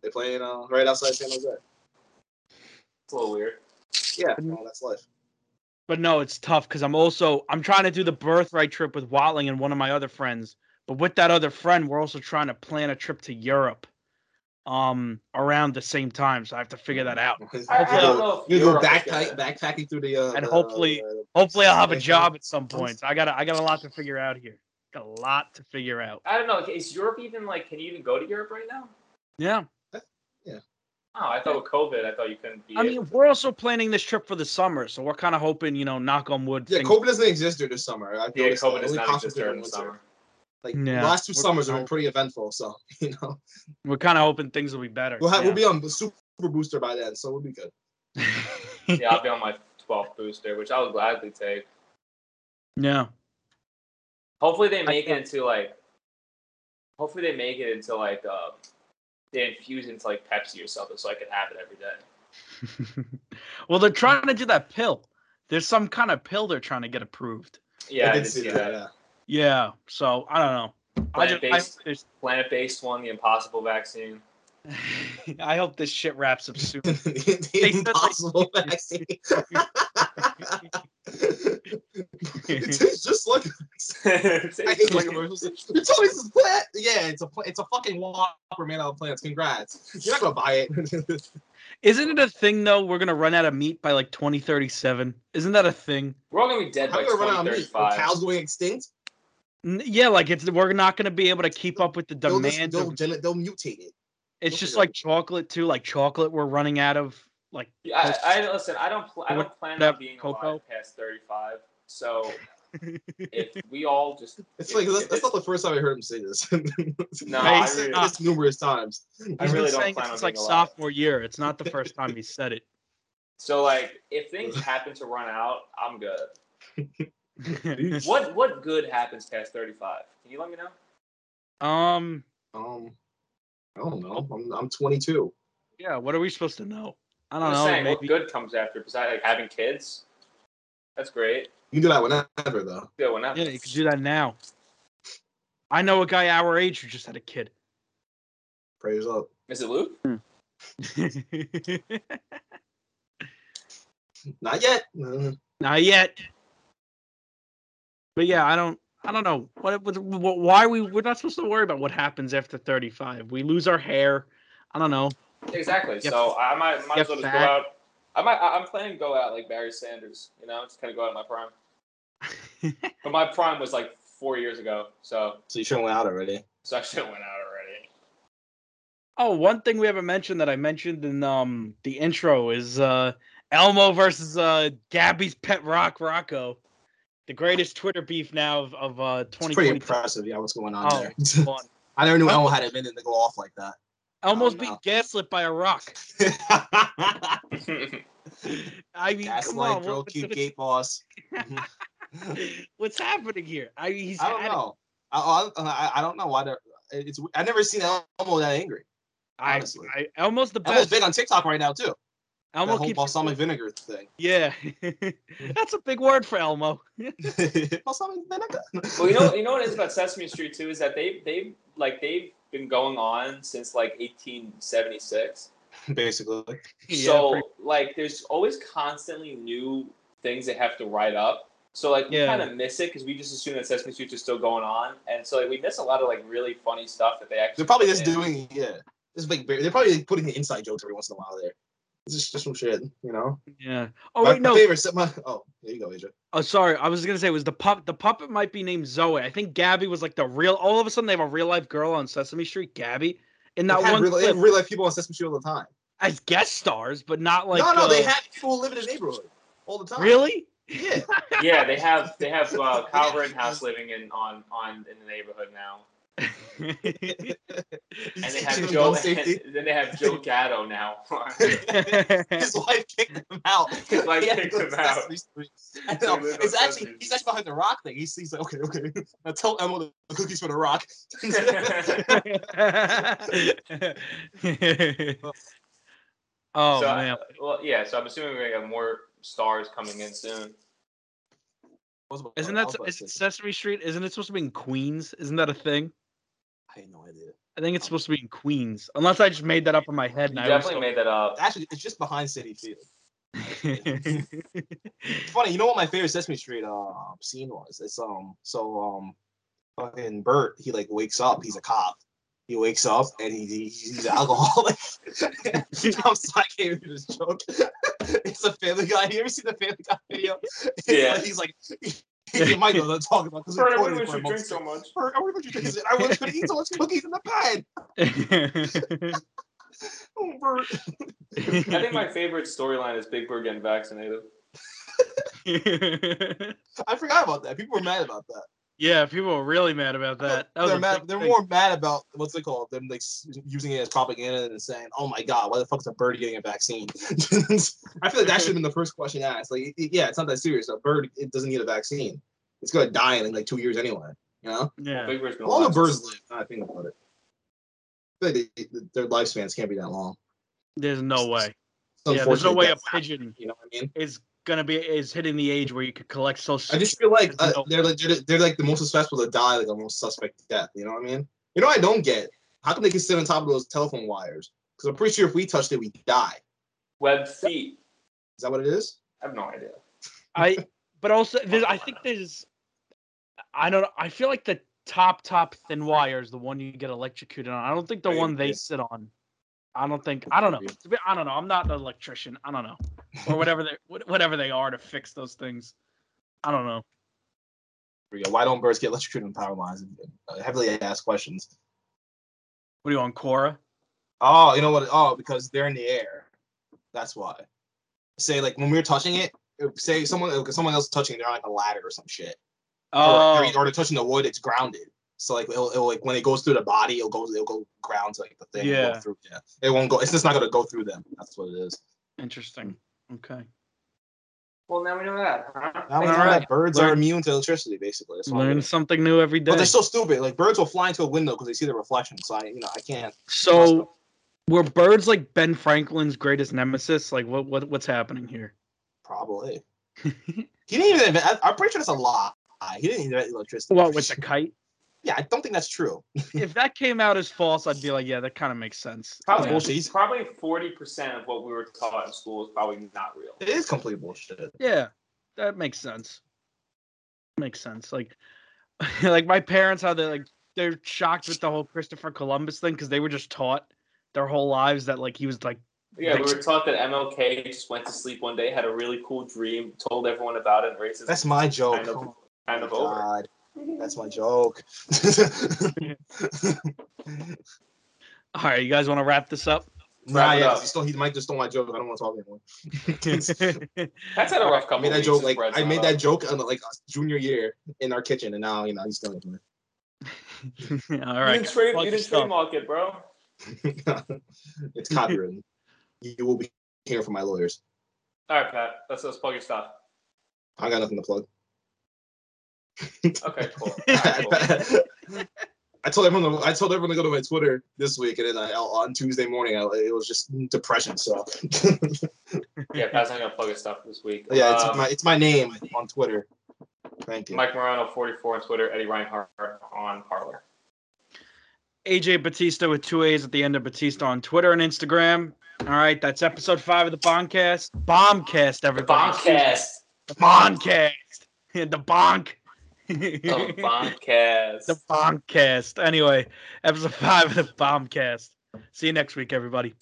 Speaker 3: They play in uh, right outside San Jose.
Speaker 2: It's a little weird.
Speaker 3: Yeah,
Speaker 1: Mm-hmm.
Speaker 3: well, that's life.
Speaker 1: but no, it's tough because I'm also I'm trying to do the birthright trip with Watling and one of my other friends. But with that other friend, we're also trying to plan a trip to Europe, um, around the same time. So I have to figure that out.
Speaker 2: I, I don't
Speaker 3: You
Speaker 2: know if
Speaker 3: you go
Speaker 2: Europe is
Speaker 3: backpack,
Speaker 2: gonna-
Speaker 3: backpacking through the uh,
Speaker 1: And
Speaker 3: the-
Speaker 1: hopefully-
Speaker 3: the-
Speaker 1: Hopefully, I'll have a
Speaker 3: Thank you.
Speaker 1: job at some point. I got I got a lot to figure out here. Got a lot to figure out.
Speaker 2: I don't know. Is Europe even like? Can you even go to Europe right now?
Speaker 1: Yeah.
Speaker 3: Yeah.
Speaker 2: Oh, I thought with COVID, I thought you couldn't be.
Speaker 1: I mean, we're also planning this trip for the summer, so we're kind of hoping, you know, knock on wood.
Speaker 3: Yeah,
Speaker 1: things-
Speaker 3: COVID doesn't exist during the summer. I
Speaker 2: yeah,
Speaker 3: noticed that.
Speaker 2: COVID does
Speaker 3: Only
Speaker 2: not exist
Speaker 3: concentrated
Speaker 2: during
Speaker 3: in
Speaker 2: the
Speaker 3: winter.
Speaker 2: summer.
Speaker 3: Like
Speaker 1: Yeah.
Speaker 3: the last two
Speaker 1: We're-
Speaker 3: summers have been pretty eventful, so you know
Speaker 1: We're kind of hoping things will be better.
Speaker 3: we'll have,
Speaker 1: yeah.
Speaker 3: we'll be on super booster by then, so we'll be good.
Speaker 2: yeah, I'll be on my 12th booster, which I would gladly take.
Speaker 1: yeah.
Speaker 2: Hopefully they make it into like. Hopefully they make it into like. Uh, they infuse into like Pepsi or something, so I can have it every day.
Speaker 1: well, they're trying to do that pill. There's some kind of pill they're trying to get approved.
Speaker 2: Yeah, I did see that.
Speaker 3: yeah.
Speaker 1: Yeah. So I don't know. I just- I
Speaker 2: Plant-based.
Speaker 1: hope there's-
Speaker 2: Planet-based one, the Impossible vaccine.
Speaker 1: I hope this shit wraps up soon.
Speaker 3: the
Speaker 1: They said, like,
Speaker 3: impossible vaccine. it's it's just like I hate like
Speaker 2: It's
Speaker 3: commercials. You're telling me this is plant? Yeah, it's a pla- it's a fucking whopper made out of plants. Congrats. You're not gonna buy it.
Speaker 1: Isn't it a thing though? We're gonna run out of meat by like 2037. Isn't that a thing?
Speaker 2: We're all gonna be dead
Speaker 3: How
Speaker 2: by
Speaker 3: are we gonna run out of meat? Are
Speaker 2: 2035.
Speaker 3: Cows going extinct?
Speaker 1: N- Yeah, like it's we're not gonna be able to keep up with the
Speaker 3: They'll,
Speaker 1: demand.
Speaker 3: just, they'll,
Speaker 1: of,
Speaker 3: gen- they'll mutate it.
Speaker 1: it's just like chocolate too. Like chocolate, we're running out of. Like
Speaker 2: Yeah, I, I listen. I don't. Pl- I don't plan on
Speaker 1: That
Speaker 2: being
Speaker 1: Coco?
Speaker 2: alive past 35. So if we all just
Speaker 3: It's
Speaker 2: if-
Speaker 3: like that's,
Speaker 2: if
Speaker 3: that's not the first time I heard him say this.
Speaker 2: No,
Speaker 3: I
Speaker 2: I
Speaker 3: said
Speaker 1: really-
Speaker 3: this numerous times.
Speaker 2: I really
Speaker 1: he's been
Speaker 2: don't
Speaker 1: saying it
Speaker 2: plan on
Speaker 1: since like
Speaker 2: being alive.
Speaker 1: sophomore year. It's not the first time he said
Speaker 2: So like, if things happen to run out, I'm good.
Speaker 1: it.
Speaker 2: What what good happens past 35? Can you let me know?
Speaker 1: um.
Speaker 3: Um, I don't know. I'm, I'm 22.
Speaker 1: Yeah. What are we supposed to know? I
Speaker 2: I'm
Speaker 1: don't
Speaker 2: just
Speaker 1: know.
Speaker 2: saying,
Speaker 1: maybe.
Speaker 2: what good comes after besides like having kids? That's great.
Speaker 3: You can do that whenever though.
Speaker 2: Yeah, whenever.
Speaker 1: Yeah, you could do that now. I know a guy our age who just had a kid.
Speaker 3: Praise up.
Speaker 2: Is it Luke?
Speaker 3: Not yet. Uh,
Speaker 1: Not yet. But yeah, I don't. I don't know what, what, what. Why we we're not supposed to worry about what happens after thirty five. We lose our hair. I don't know.
Speaker 2: Exactly.
Speaker 1: Yep.
Speaker 2: So I might might
Speaker 1: Yep,
Speaker 2: as well just
Speaker 1: fact.
Speaker 2: go out. I might. I- I'm planning to go out like Barry Sanders. You know, just kind of go out in my prime. but my prime was like four years ago, so
Speaker 3: So you should have went out already.
Speaker 2: so I should have went out already.
Speaker 1: Oh, one thing we haven't mentioned that I mentioned in um the intro is uh Elmo versus uh Gabby's pet rock Rocco, the greatest Twitter beef now of, of uh
Speaker 3: It's pretty
Speaker 1: 2020.
Speaker 3: impressive. Yeah, what's going on
Speaker 1: Oh,
Speaker 3: there?
Speaker 1: Come on.
Speaker 3: I never knew Elmo had it in it to go off like that.
Speaker 1: Elmo's
Speaker 3: Oh,
Speaker 1: being
Speaker 3: no.
Speaker 1: gaslit by a rock. I mean, come
Speaker 3: Gaslight,
Speaker 1: on,
Speaker 3: girl,
Speaker 1: what-
Speaker 3: cute,
Speaker 1: what's,
Speaker 3: gate boss.
Speaker 1: what's happening here? I mean, he's
Speaker 3: I don't
Speaker 1: had it.
Speaker 3: know. I, I- I, I don't know why. they're- It's I've never seen Elmo that angry.
Speaker 1: I,
Speaker 3: honestly.
Speaker 1: I Elmo's the
Speaker 3: Elmo's
Speaker 1: best.
Speaker 3: big on TikTok right now too.
Speaker 1: Elmo
Speaker 3: That whole
Speaker 1: keeps
Speaker 3: balsamic vinegar thing.
Speaker 1: yeah. That's a big word for Elmo.
Speaker 3: balsamic vinegar.
Speaker 2: well, you know, you know what it is about Sesame Street too is that they they like they've been going on since like 1876.
Speaker 3: Basically,
Speaker 1: Yeah,
Speaker 2: so
Speaker 1: pretty-
Speaker 2: like, there's always constantly new things they have to write up. So like, we
Speaker 1: Yeah.
Speaker 2: kind of miss it because we just assume that Sesame Street is still going on, and so like, we miss a lot of like really funny stuff that they actually.
Speaker 3: they're probably just
Speaker 2: did.
Speaker 3: doing yeah. Just like they're probably putting the inside jokes every once in a while there. It's just, just some shit, you know.
Speaker 1: yeah. Oh
Speaker 3: my,
Speaker 1: wait,
Speaker 3: my
Speaker 1: no.
Speaker 3: favorite. My, oh, there you go, Adrian.
Speaker 1: Oh, sorry. I was gonna say it was the pup. The puppet might be named Zoe. I think Gabby was like the real. All of a sudden, they have a real life girl on Sesame Street. Gabby in that
Speaker 3: They had
Speaker 1: one
Speaker 3: real, they had
Speaker 1: clip
Speaker 3: real life people on Sesame Street all the time.
Speaker 1: as guest stars, but not like.
Speaker 3: no, no, they
Speaker 1: uh,
Speaker 3: had people who live in the neighborhood all the time.
Speaker 1: Really?
Speaker 3: Yeah.
Speaker 2: yeah, they have they have uh, Kyle Rittenhouse living in on on in the neighborhood now, and they have
Speaker 3: Teaching
Speaker 2: Joe.
Speaker 3: them safety.
Speaker 2: then they have Joe Gatto now.
Speaker 3: His wife kicked him out.
Speaker 2: His wife
Speaker 3: He had to
Speaker 2: kicked
Speaker 3: go to
Speaker 2: him out.
Speaker 3: Sesame Street. I
Speaker 2: He
Speaker 3: know.
Speaker 2: lived on
Speaker 3: It's actually
Speaker 2: Sesame
Speaker 3: he's
Speaker 2: Street.
Speaker 3: actually behind the rock thing. He's, he's like, okay, okay. Now tell Emma the cookies for the rock.
Speaker 1: oh
Speaker 2: so,
Speaker 1: man.
Speaker 2: well, yeah. So I'm assuming we're gonna have more stars coming in soon.
Speaker 1: Isn't that isn't Sesame Street? Isn't it supposed to be in Queens? Isn't that a thing?
Speaker 3: I had no idea.
Speaker 1: I think it's supposed to be in Queens, unless I just made that up in my head.
Speaker 2: You
Speaker 1: And I
Speaker 2: definitely made that up.
Speaker 3: Actually, it's just behind City Field.
Speaker 1: always
Speaker 3: Funny, you know what my favorite Sesame Street uh, scene was? It's um so um fucking Bert, he like wakes up, he's a cop. He wakes up and he, he- he's an alcoholic. I'm sorry, I can't even do this joke. It's a Family Guy. You ever seen the Family Guy video? It's
Speaker 2: Yeah.
Speaker 3: Like, he's like, he might know what I'm talking about because
Speaker 2: Bert, I wouldn't let you drink so much.
Speaker 3: I wish you drink. I wish you could eat so much cookies in the pan. Oh, Bert.
Speaker 2: I think my favorite storyline is Big Bird getting vaccinated.
Speaker 3: I forgot about that. People were mad about that.
Speaker 1: yeah, people were really mad about that. that was
Speaker 3: they're
Speaker 1: a
Speaker 3: mad.
Speaker 1: big
Speaker 3: They're
Speaker 1: thing.
Speaker 3: more mad about what's it called? Them like s- using it as propaganda and saying, "Oh my God, why the fuck is a bird getting a vaccine?" I feel like that should have been the first question asked. Like, it- it- yeah, it's not that serious. A bird, it doesn't need a vaccine. It's gonna die in like two years anyway. You know,
Speaker 1: Yeah.
Speaker 2: Big Bird's been
Speaker 3: all the
Speaker 2: alive since-
Speaker 3: birds live. Now I think about it. I feel like they- they- their lifespans can't be that long.
Speaker 1: There's no way.
Speaker 3: It's
Speaker 1: Yeah, there's no
Speaker 3: unfortunate
Speaker 1: way a
Speaker 3: that's happening,
Speaker 1: pigeon
Speaker 3: You know what I mean?
Speaker 1: is gonna be is hitting the age where you could collect social.
Speaker 3: I just feel like uh,
Speaker 1: There's no-
Speaker 3: they're like they're, they're like the most susceptible to die like a most suspect death. You know what I mean? You know what I don't get how come they can sit on top of those telephone wires? Because I'm pretty sure if we touched it, we die.
Speaker 2: Web feet.
Speaker 3: Is that what it is?
Speaker 2: I have no idea.
Speaker 1: I but also there's, I think there's I don't know, I feel like the top top thin wire is the one you get electrocuted on. I don't think the
Speaker 3: Maybe.
Speaker 1: one they sit on. I don't think I don't know. To be- I don't know. I'm not an electrician. I don't know. Or whatever they what- whatever they are to fix those things. I don't know.
Speaker 3: Here we go. Why don't birds get electrocuted in power lines? Uh, Heavily asked questions.
Speaker 1: What are you on Cora?
Speaker 3: Oh, you know what? Oh, because they're in the air. That's why. Say like when we were touching it, it- say someone like, someone else touching, it, they're on like a ladder or some shit.
Speaker 1: Oh,
Speaker 3: Or, or they're touching the wood, it's grounded. So like it'll, it'll like when it goes through the body, it'll go it'll go ground to like the thing. and go
Speaker 1: Yeah.
Speaker 3: through, yeah. It won't go. It's just not gonna go through them. That's what it is.
Speaker 1: interesting. Okay.
Speaker 2: Well, now we know that. huh?
Speaker 3: Now we
Speaker 1: All
Speaker 3: know
Speaker 1: right.
Speaker 3: that birds
Speaker 1: Learn-
Speaker 3: are immune to electricity, basically. That's what I'm
Speaker 1: Learn
Speaker 3: doing.
Speaker 1: something new every
Speaker 3: but
Speaker 1: day.
Speaker 3: they're so stupid. Like birds will fly into a window because they see the reflection. So I, you know, I can't.
Speaker 1: So were birds like Ben Franklin's greatest nemesis? Like what what what's happening here?
Speaker 3: Probably. He didn't even invent. I- I'm pretty sure that's a lie. He didn't invent electricity.
Speaker 1: what with the kite?
Speaker 3: Yeah, I don't think that's true.
Speaker 1: if that came out as false, I'd be like, yeah, that kind of makes sense.
Speaker 2: Probably,
Speaker 1: Yeah.
Speaker 3: bullshit.
Speaker 2: probably 40% of what we were taught in school is probably not real.
Speaker 3: It is complete bullshit.
Speaker 1: Yeah, that makes sense. Makes sense. Like, like my parents, how they like they're shocked with the whole Christopher Columbus thing because they were just taught their whole lives that like he was like
Speaker 2: Yeah, we were taught that MLK just went to sleep one day, had a really cool dream, told everyone about it, and racism
Speaker 3: That's my joke.
Speaker 2: kind of,
Speaker 3: Oh
Speaker 2: kind
Speaker 3: my
Speaker 2: of over.
Speaker 3: God, that's my joke.
Speaker 1: all right, you guys want to wrap this up?
Speaker 3: nah,
Speaker 2: it
Speaker 3: yeah,
Speaker 2: up.
Speaker 3: he still he might just stole my joke. I don't want to talk anymore.
Speaker 2: That's had a rough
Speaker 3: I
Speaker 2: couple
Speaker 3: made that
Speaker 2: weeks
Speaker 3: joke
Speaker 2: since
Speaker 3: like
Speaker 2: Brad's
Speaker 3: I
Speaker 2: not
Speaker 3: made
Speaker 2: up.
Speaker 3: that joke on like junior year in our kitchen, and now you know he's still doing
Speaker 1: all
Speaker 2: You
Speaker 1: right,
Speaker 2: didn't,
Speaker 1: guys,
Speaker 2: trade,
Speaker 1: plug
Speaker 2: you didn't
Speaker 1: yourself.
Speaker 2: trademark it, bro.
Speaker 3: it. it's copywritten. you will be hearing from my lawyers.
Speaker 2: All right, Pat. Let's, let's plug your stuff.
Speaker 3: I got nothing to plug.
Speaker 2: Okay, cool. All right, cool.
Speaker 3: I told everyone. To, I told everyone to go to my Twitter this week, and then I, on Tuesday morning, I, it was just depression. So
Speaker 2: Yeah, Pat's not going to plug his stuff this week.
Speaker 3: yeah, it's
Speaker 2: Um,
Speaker 3: my it's my name on Twitter. Thank you.
Speaker 2: Mike Morano, 44 on Twitter, Eddie Reinhardt on Parlor.
Speaker 1: AJ Batista with two A's at the end of Batista on Twitter and Instagram. All right, that's episode five of the Bombcast. Bombcast, everybody.
Speaker 2: Bombcast.
Speaker 1: The Boncast. the Bonk.
Speaker 2: The Bombcast.
Speaker 1: the Bombcast. Anyway, episode five of the Bombcast. See you next week, everybody.